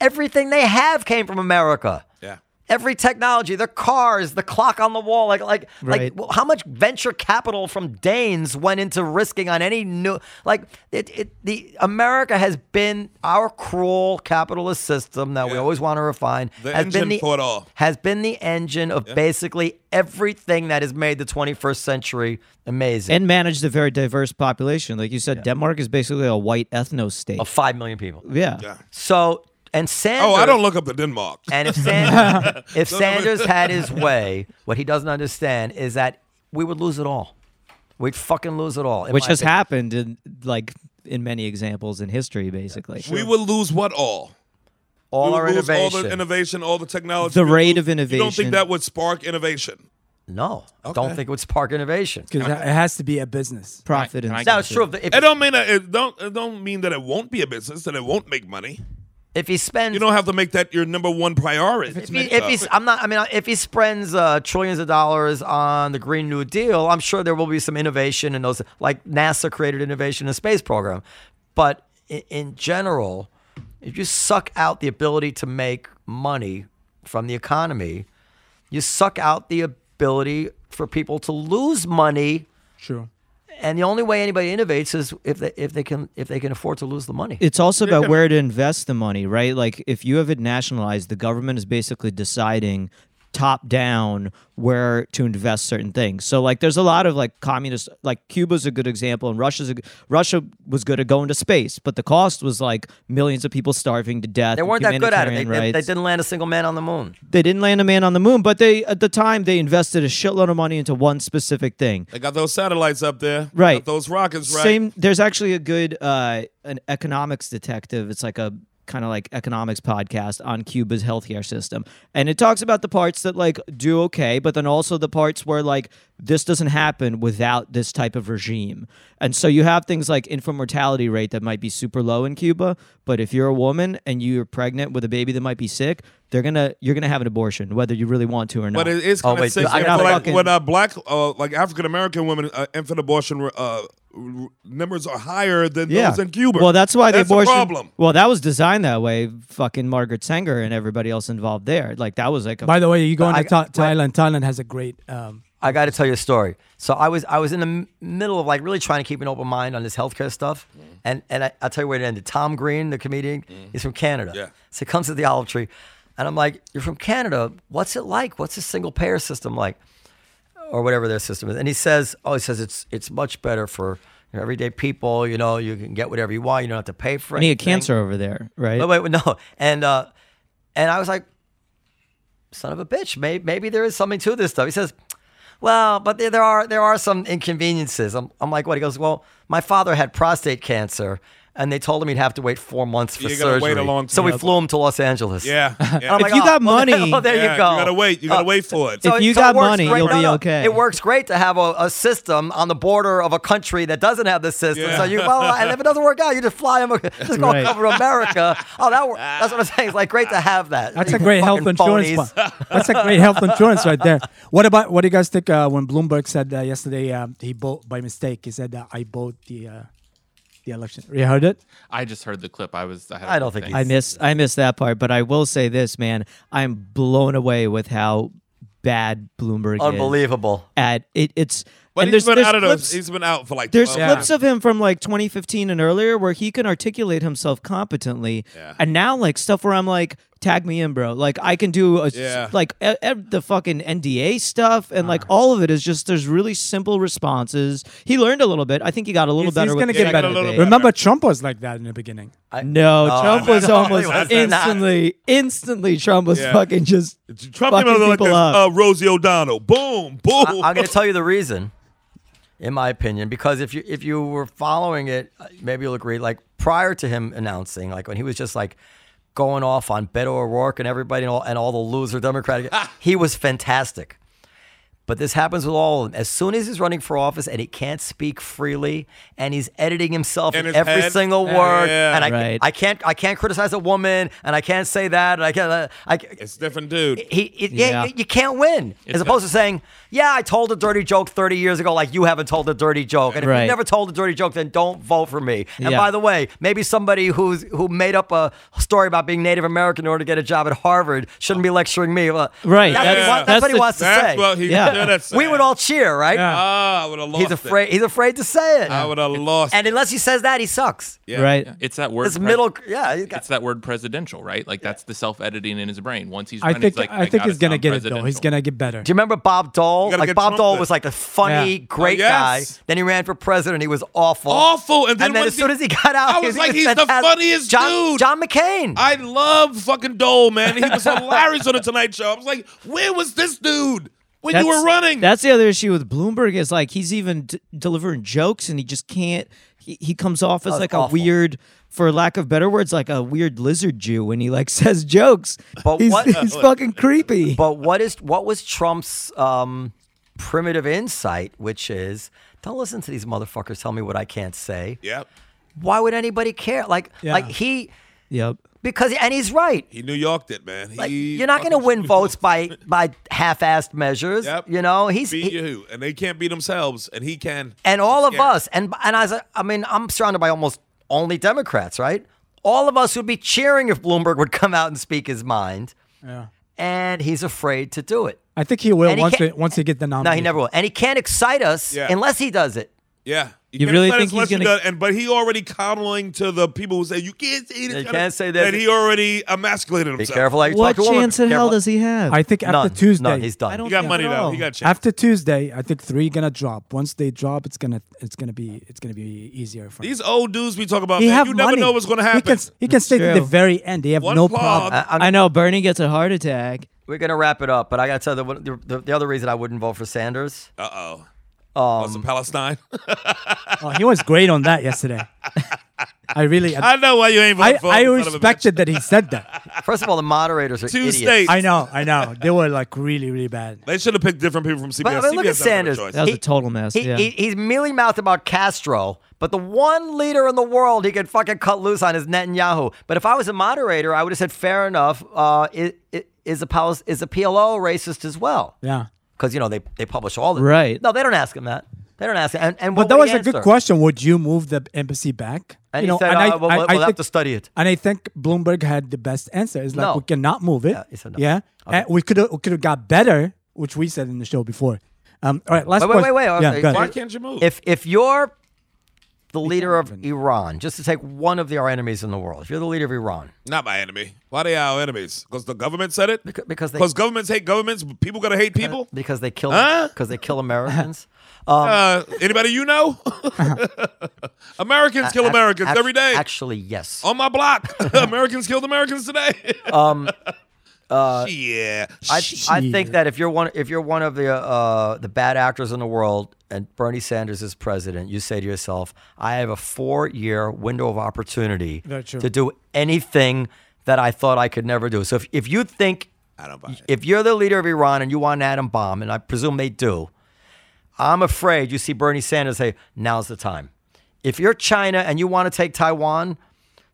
everything they have came from America. Yeah. Every technology, the cars, the clock on the wall, like like Right. like well, how much venture capital from Danes went into risking on any new like it, it the America has been our cruel capitalist system that we Yeah. always want to refine The has engine been the for it all. has been the engine of basically everything that has made the 21st century amazing. and manage a very diverse population. Like you said, Denmark is basically a white ethno state. of 5 million people. yeah. Yeah. So and Sanders. Oh, I don't look up at Denmark. And [LAUGHS] if, Sand- if Sanders had his way, what he doesn't understand is that we would lose it all. We'd fucking lose it all. in which my has opinion. happened in like in many examples in history, basically. We would lose what all? We All would our lose innovation. all the innovation, all the technology. The We would rate lose- of You don't innovation. think that would spark innovation? no, don't think it would spark innovation. because it has to be a business. Profit Can I- and can I- Now it's true. If, It if, don't mean that it don't it don't mean that it won't be a business, that it won't make money. if he spends, You don't have to make that your number one priority. if, he, if he's, I'm not. I mean, if he spends uh, trillions of dollars on the Green New Deal, I'm sure there will be some innovation in those. Like NASA created innovation in the space program, but in, in general, if you suck out the ability to make money from the economy, you suck out the ability for people to lose money. True. And the only way anybody innovates is if they if they can if they can afford to lose the money. It's also about where to invest the money, right? Like if you have it nationalized, the government is basically deciding top down where to invest certain things. So like there's a lot of like communist like Cuba's a good example and Russia's a, Russia was good at going to space, but the cost was like millions of people starving to death. They weren't that good at it. They, humanitarian they- they rights. didn't land a single man on the moon. They didn't land a man on the moon, but they at the time they invested a shitload of money into one specific thing. They got those satellites up there. Right. Got those rockets, right? Same. There's actually a good uh, an economics detective. It's like a kind of like economics podcast on Cuba's healthcare system, and it talks about the parts that like do okay, but then also the parts where like this doesn't happen without this type of regime. And so you have things like infant mortality rate that might be super low in Cuba, but if you're a woman and you're pregnant with a baby that might be sick, they're gonna you're gonna have an abortion whether you really want to or not. But it is Oh, kind of wait, sick. I I got feel like fucking- when uh, black, uh, like African American women, uh, infant abortion uh, r- numbers are higher than those in Cuba. Well, that's why that's the abortion a problem. Well, that was designed that way. Fucking Margaret Sanger and everybody else involved there. Like that was like a By the way, you go into I- Tha- Thailand. Thailand has a great. Um, I got to tell you a story. So I was I was in the m- middle of like really trying to keep an open mind on this healthcare stuff, and and I, I'll tell you where it ended. Tom Green, the comedian, he's from Canada. Yeah. So he comes to the Olive Tree, and I'm like, "You're from Canada. What's it like? What's the single payer system like, or whatever their system is?" And he says, "Oh, he says it's it's much better for you know, everyday people. You know, you can get whatever you want. You don't have to pay for and he had anything." cancer over there, right? Wait, wait, no. And uh, and I was like, son of a bitch. Maybe, maybe there is something to this stuff. He says, well, but there, there are there are some inconveniences. I'm, I'm like, what? He goes, well, my father had prostate cancer, and they told him he'd have to wait four months for You gotta surgery. wait a long So we time. flew him to Los Angeles. [LAUGHS] yeah. yeah. I'm If you got well, there- [LAUGHS] money- well, Oh there Yeah, you go. You gotta wait. You gotta Uh, wait for it. If you it got works money, great- you'll no, be no, okay. It works great to have a, a system on the border of a country that doesn't have the system. Yeah. So you well, and if it doesn't work out, you just fly them, [LAUGHS] just go Right. over America. Oh, that wor- that's what I'm saying. It's like great to have that. that's You a great health fucking insurance. phonies. plan. That's a great health insurance right there. What about what do you guys think uh, when Bloomberg said uh, yesterday uh, he bought by mistake? He said uh, I bought the uh, the election. You heard it? I just heard the clip. I was. I, had a I don't thing. think I miss I miss that part, but I will say this, man, I'm blown away with how bad Bloomberg is unbelievable. at it. It's but and he's there's, been there's out of flips- those. He's been out for like. uh, There's 12 clips of him from like 2015 and earlier where he can articulate himself competently, and now like stuff where I'm like, tag me in, bro. Like I can do a, Yeah. like e- e- the fucking NDA stuff, and like Uh-huh. all of it is just there's really simple responses. He learned a little bit. I think he got a little He's- better. he's with gonna the get second better. A little debate. better. Remember, Trump was like that in the beginning. No, Trump was Oh, no, [LAUGHS] almost he was not. instantly, instantly. Trump was Yeah. fucking just Trump came fucking out people like this, up. uh, Rosie O'Donnell. Boom, boom. [LAUGHS] I, am going to tell you the reason, in my opinion, because if you if you were following it, uh, maybe you'll agree. Like prior to him announcing, like when he was just like going off on Beto O'Rourke and everybody and all, and all the [LAUGHS] loser Democratic, he was fantastic. But this happens with all of them. As soon as he's running for office and he can't speak freely and he's editing himself In in his every head? single Yeah. word, Yeah. and I, Right. I can't I can't criticize a woman and I can't say that and I can't uh, I, it's different, dude. he, it, yeah, Yeah. You, you can't win. As opposed to saying, yeah, I told a dirty joke 30 years ago, like you haven't told a dirty joke. And if Right. you never told a dirty joke, then don't vote for me. And Yeah. by the way, maybe somebody who's who made up a story about being Native American in order to get a job at Harvard shouldn't be lecturing me. Well, Right. That's, what, he Yeah. wa- that's, what he That's wants to That's say. what he Yeah. did. Yeah, that's we would sad. all cheer, right? Ah, I would have lost He's afraid. He's afraid to say it. It. I would have lost. and unless he says that, he sucks. it. Yeah. right? It's that word. It's pres- middle. Yeah, he's got, It's that word presidential, right? Like that's the self editing in his brain. Once he's, I done, he's think like, I think gotta he's gonna sound get it though. He's presidential. gonna get better. Do you remember Bob Dole? gotta Like get Bob Trump Dole then. was like a funny, Yeah. great Oh, yes. guy. Then he ran for president. He was awful. awful. And And then, then, as once soon he- as he got out, I he was like, a he's the fantastic- funniest John, dude. John McCain. I love fucking Dole, man. He was hilarious on the Tonight Show. I was like, where was this dude when you were running? That's the other issue with Bloomberg is like he's even d- delivering jokes and he just can't. He, he comes off Oh, as it's like a awful. weird, for lack of better words, like a weird lizard Jew when he like [LAUGHS] says jokes. But he's, what- he's fucking creepy. but what is what was Trump's um, primitive insight, which is don't listen to these motherfuckers tell me what I can't say. yep. Why would anybody care? Like, Yeah. like he yep. because and he's right. He New Yorked it, man. He Like, you're not going to fucking- [LAUGHS] win votes by by half-assed measures. Yep. You know, he's Beat he- you. And they can't beat themselves. And he can. and all of Yeah. us and and as I, I mean i'm surrounded by almost only democrats right all of us would be cheering if bloomberg would come out and speak his mind Yeah. and he's afraid to do it I think he will And he once can't- he, once he get the no nomination. he never will and he can't excite us Yeah. unless he does it Yeah. You can't really let think us let he's you gonna- know- And but he already coddling to the people who say you can't say this. You kinda-" can't say that. And he already emasculated be himself. careful how you What talk to a woman chance in hell Careful- does he have? I think after none, Tuesday, none he's done I I don't He don't, got Yeah, money though. bro. He got chance. after Tuesday, I think three gonna drop. Once they drop, it's gonna it's gonna be it's gonna be easier for him. These old dudes we talk about, He man, have you money. never know what's going to He happen. can, he can stay to the true. very end. They have One no plug. problem. I, am I know Bernie gets a heart attack. we're going to wrap it up but i got to tell you the, the, the other reason i wouldn't vote for [LAUGHS] sanders Uh oh. Uh, Also Palestine. um, [LAUGHS] Oh, he was great on that yesterday. I really, I, [LAUGHS] I know why you ain't voting I, for. him, son of a bitch. respected that he said that. first of all the moderators are two idiots states. I know, I know. They were like really, really bad. They should have picked different people from CBS. But I mean, look CBS at had better Sanders. choice. That was a total mess, He, yeah. he, he's mealy mouthed about Castro, but the one leader in the world he could fucking cut loose on is Netanyahu. But if I was a moderator, I would have said, fair enough. Uh, is, is a Palis- is a PLO racist as well? Yeah. Because you know they they publish all the Right. No, they don't ask him that. They don't ask him. And, But and what that was would he a good answer? question. Would you move the embassy back? And you he know, said, and uh, we'll, we'll have to study it. And I think Bloomberg had the best answer. It's like No. we cannot move it. Yeah, he said no. And we could have we could have got better, which we said in the show before. Um, all right, last Wait, wait, question. wait, wait. Yeah, go ahead. Why can't you move? If if you're the leader of Iran, just to take one of the- our enemies in the world, if you're the leader of Iran, Not my enemy. Why they our enemies? Because the government said it. Becau- because they- Because governments hate governments. but People gotta hate people. because they kill Huh? because they kill Americans. um, Uh, anybody you know? [LAUGHS] Americans kill Ac- Americans act- every day. Oh, Actually, yes. On my [LAUGHS] block, Americans killed Americans today. um, yeah, uh, I, I Shit. think that if you're one if you're one of the uh, the bad actors in the world and Bernie Sanders is president, you say to yourself, I have a four year window of opportunity Very true. to do anything that I thought I could never do. So if, if you think I don't buy it. if you're the leader of Iran and you want an atom bomb, and I presume they do, I'm afraid you see Bernie Sanders say, now's the time. If you're China and you want to take Taiwan,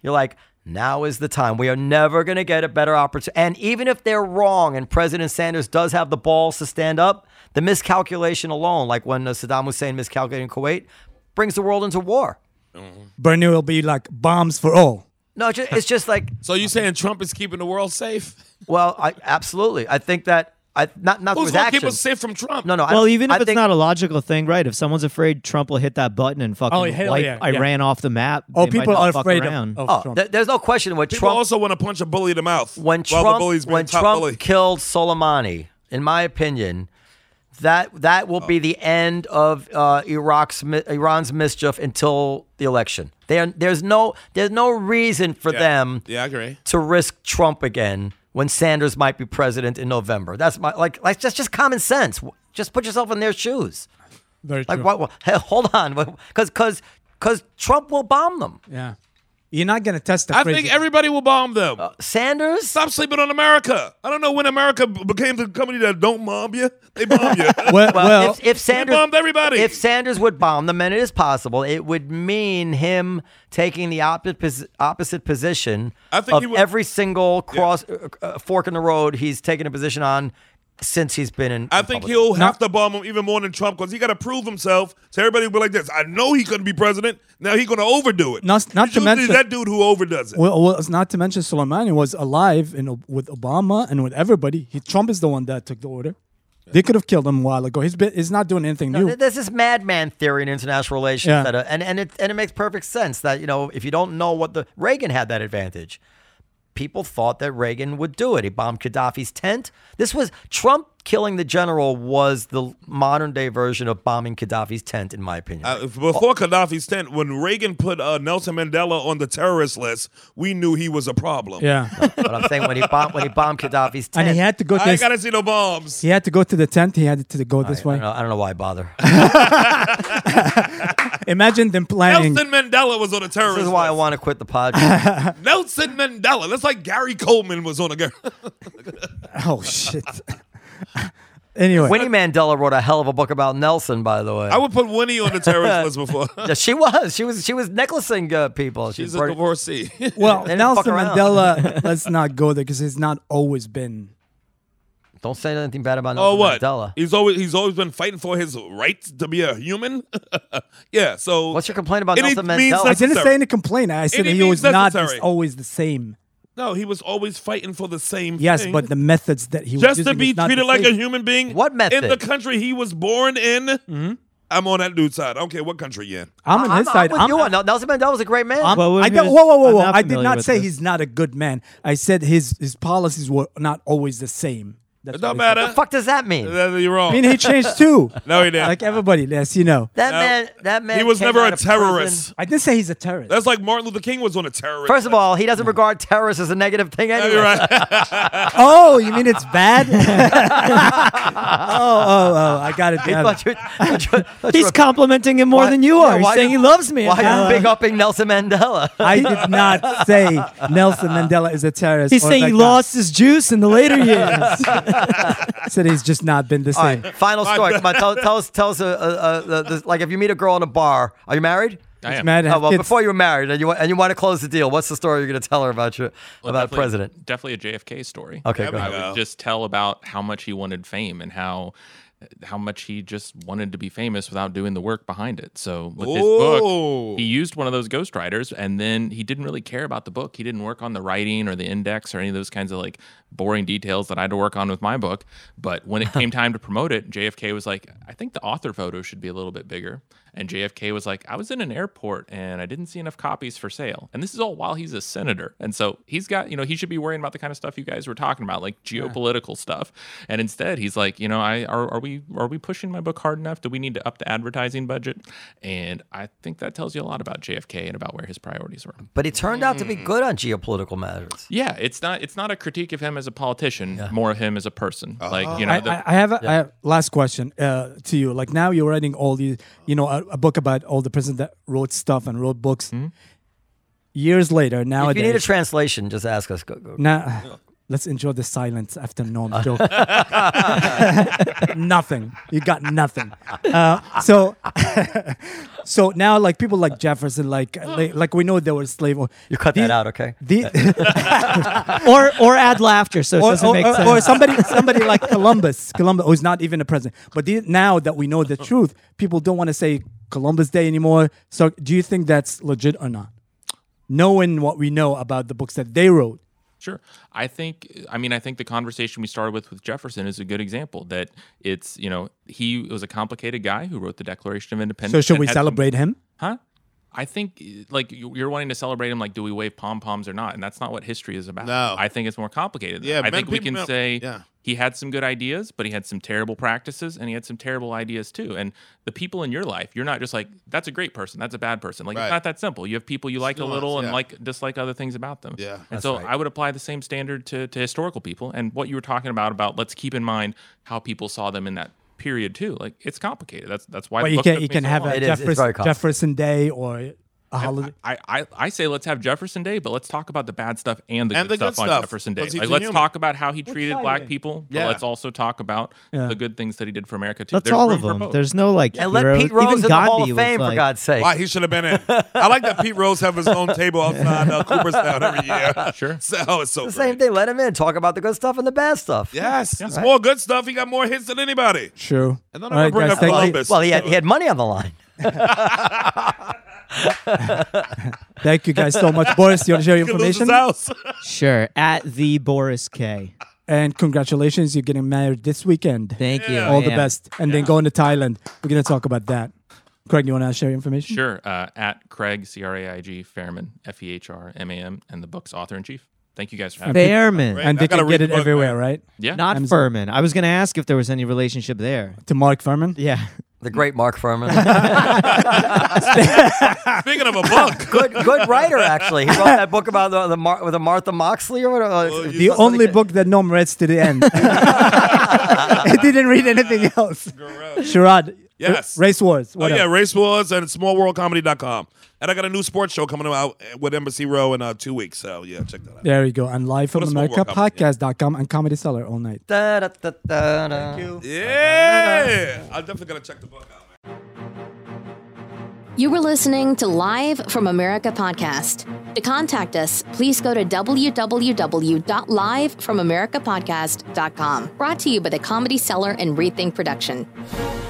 you're like, now is the time. We are never going to get a better opportunity. And even if they're wrong and President Sanders does have the balls to stand up, the miscalculation alone, like when uh, Saddam Hussein miscalculated in Kuwait, brings the world into war. Bernie will be like bombs for all. No, it's just, it's just like So you saying Trump is keeping the world safe? Well, I absolutely. I think that I not not Who's with gonna action. keep us safe from Trump? no, no. I Well, don't- even I if it's think- not a logical thing, right? If someone's afraid Trump will hit that button and fucking Oh, hell wipe yeah, yeah. Iran off the map, Oh, they might people not are fuck afraid of, around. of oh, Trump. there- there's no question. When People Trump also want to punch a bully in the mouth when while the Trump bully's being when top Trump bully. killed Soleimani, in my opinion, that that will Oh. be the end of uh, Iraq's mi- Iran's mischief until the election. There, there's no there's no reason for them Yeah, I agree. to risk Trump again when Sanders might be president in November. That's my like like that's just common sense. Just put yourself in their shoes. Very Like true. what? [LAUGHS] what hey, hold on, because because because Trump will bomb them. Yeah. You're not gonna test the I president. think everybody will bomb them. Uh, Sanders. Stop sleeping on America. I don't know when America b- became the company that don't bomb you. They bomb [LAUGHS] you. well, Well, well, if, if Sanders bombed everybody. if Sanders would bomb them, and it is possible, it would mean him taking the opposite pos- opposite position I think of he would- every single cross uh, uh, fork in the road he's taken a position on since he's been in. I in think public. he'll have to bomb him even more than Trump because he got to prove himself. So everybody will be like this. I know he couldn't be president. Now he's going to overdo it. Not- not It's to usually mention- that dude who overdoes it. Well, well, it's not to mention Soleimani was alive in, with Obama and with everybody. He, Trump is the one that took the order. They could have killed him a while ago. He's been, he's not doing anything No, new. th- There's this madman theory in international relations, Yeah. that, uh, and and it and it makes perfect sense that you know if you don't know what the Reagan had that advantage. People thought that Reagan would do it. He bombed Gaddafi's tent. This was Trump killing the general was the modern day version of bombing Gaddafi's tent, in my opinion. Uh, before Gaddafi's tent, when Reagan put uh, Nelson Mandela on the terrorist list, we knew he was a problem. yeah, [LAUGHS] but I'm saying when he bombed when he bombed Gaddafi's [LAUGHS] tent. and he had to go. To I ain't his, gotta see no bombs. he had to go to the tent. He had to go this I way. don't, know, I don't know why [LAUGHS] I bother. Imagine them planning. Nelson Mandela was on a terrorist this is why I list. want to quit [LAUGHS] the podcast. Nelson Mandela. That's like Gary Coleman was on a girl. Oh shit. [LAUGHS] anyway, Winnie Mandela wrote a hell of a book about Nelson, by the way. I would put Winnie on the terrorist list before. [LAUGHS] Yeah, she was. She was. She was necklacing uh, people. She She's a [LAUGHS] brought- divorcee. well, they didn't Nelson fuck around. [LAUGHS] Mandela. let's not go there because he's not always been. Don't say anything bad about Nelson oh what? Mandela. He's always he's always been fighting for his right to be a human. [LAUGHS] yeah. So What's your complaint about And it Nelson means Mandela? I that- didn't Necessary. say any complaint. I said Any he was means not necessary. just always the same. no, he was always fighting for the same. Yes, thing. but the methods that he was just to using be is not treated the like a same. human being. What method? Mm-hmm. In the country he was born in. I'm on that dude's side. I don't care what country you're in. I'm on I'm, his I'm side. with I'm- you on Nel- Nelson Mandela was a great man. Well, we- I we don't, was- whoa, whoa, whoa, I'm whoa! not I did familiar not with say this. he's not a good man. I said his his policies were not always the same. That's It what don't I said. matter. the fuck does that mean? Uh, You're wrong. I mean, he changed too. no, he didn't. like everybody, yes, you know. that man. That man. he was came never out a of prison. terrorist. I didn't say he's a terrorist. That's like Martin Luther King was on a terrorist. First of all, he doesn't regard terrorists as a negative thing anyway. You're right. [LAUGHS] [LAUGHS] oh, you mean it's bad? [LAUGHS] oh, oh, oh! I got it. He down. thought you- thought you- thought you [LAUGHS] He's were- complimenting him more why- than you yeah, are. why He's saying you- he loves me. Why are Uh, you big upping [LAUGHS] Nelson Mandela? I did not say Nelson Mandela is a terrorist. He's or saying that he guy. lost his juice in the [LAUGHS] later years. I said he's just not been the All same. right, final story. Come on, tell, tell us, tell us, uh, uh, uh, the- the- like if you meet a girl in a bar, are you married? I am. Mad Oh, well, kids. before you were married, and you wa- and you want to close the deal, what's the story you're going to tell her about your about Well, a definitely- president? Definitely a JFK story. Okay, I go ahead. would Wow. just tell about how much he wanted fame and how how much he just wanted to be famous without doing the work behind it. So with his Ooh. book, he used one of those ghostwriters and then he didn't really care about the book. He didn't work on the writing or the index or any of those kinds of like boring details that I had to work on with my book. But when it came time to promote it, JFK was like, I think the author photo should be a little bit bigger. And JFK was like, I was in an airport and I didn't see enough copies for sale. And this is all while he's a senator. And so he's got, you know, he should be worrying about the kind of stuff you guys were talking about, like geopolitical stuff. And instead, he's like, you know, I are, are we are we pushing my book hard enough? Do we need to up the advertising budget? And I think that tells you a lot about JFK and about where his priorities were. But he turned out to be good on geopolitical matters. Yeah, it's not it's not a critique of him as a politician, more of him as a person. Like, you know, I, the, I, I have a I have- last question uh, to you. Like now, you're writing all these, you know, a, a book about all the presidents that wrote stuff and wrote books. Hmm? Years later, If you nowadays, need a translation, just ask us. Go, go. now, [SIGHS] let's enjoy the silence after [LAUGHS] Norm's joke. nothing. You got nothing. Uh, so, [LAUGHS] so now, like people like Jefferson, like like, like we know there were slave. You cut that out, okay? The, or or add laughter so it or, doesn't or- make or- sense. or somebody somebody [LAUGHS] like Columbus, Columbus, who's not even a president. But the, now that we know the truth, people don't want to say Columbus Day anymore. So, do you think that's legit or not? Knowing what we know about the books that they wrote, Sure. I think I mean I think the conversation we started with with Jefferson is a good example that it's, you know, he was a complicated guy who wrote the Declaration of Independence. so should and we had some- celebrate him? huh? I think like you- you're wanting to celebrate him like do we wave pom poms or not? And that's not what history is about. No. I think it's more complicated. than Yeah, that. I men- think we people- can men- say yeah. he had some good ideas, but he had some terrible practices and he had some terrible ideas too. And the people in your life, you're not just like that's a great person, that's a bad person. Like Right. it's not that simple. You have people you like a nuanced, little and yeah. like dislike other things about them. Yeah. And so I would apply the same standard to, to historical people. And what you were talking about about let's keep in mind how people saw them in that period too. Like it's complicated. That's that's why But the you book can took you me can so have long. a It is- it's Jeffers- very complex. Jefferson Day or a holiday. I, I, I say let's have Jefferson Day, but let's talk about the bad stuff and the And good the good stuff on stuff, Jefferson Day. 'cause he's Like, a let's human. talk about how he treated black Friday. people, Yeah. but let's also talk about Yeah. the good things that he did for America too. That's There's all room of for them. both. There's no like And let heroes. Pete Rose Even in the Gandhi Hall of was, Fame, for like- God's sake. Why he should have been in. I like that Pete Rose have his own table outside uh, Cooperstown every year. Sure. [LAUGHS] So oh, it's so The same great. thing. Let him in. Talk about the good stuff and the bad stuff. Yes, it's more good stuff. He got more hits than anybody. True. And All then I'm gonna right, bring guys, up thank you. Columbus. Well, he had, he had money on the line. Thank you guys so much, Boris. You want to share your [LAUGHS] You could lose his information? house. Sure. At the Boris K. And congratulations, you're getting married this weekend. Thank you. Oh, All the Yeah. best. And then going to Thailand. We're going to talk about that. Craig, you want to share your information? Sure. Uh, at Craig, C R A I G, Fairman, F E H R M A M, and the book's author in chief. Thank you guys for having me. Fairman, Right. And I they gotta can read get it the book, everywhere, man. right? Yeah. not Furman. I was gonna ask if there was any relationship there. To Mark Furman? Yeah. The great Mark [LAUGHS] [LAUGHS] Furman, Speaking of a book. [LAUGHS] good good writer actually. He wrote that book about the the, Mar- the Martha Moxley or whatever. The That's what only he- book that Norm reads to the [LAUGHS] end. [LAUGHS] I didn't read anything else. Sharad. Yes. r- Race Wars. What [LAUGHS] oh, yeah, else? Race Wars and smallworldcomedy.com. And I got a new sports show coming out with Embassy Row in uh, two weeks. So, yeah, check that out. There you go. And live from a small America world company, yeah. podcast.com and Comedy Seller all night. Da, da, da, da, da. Yeah. I'm definitely going to check the book out, man. You were listening to Live from America podcast. To contact us, please go to www.livefromamericapodcast.com. Brought to you by the Comedy Cellar and Rethink Production.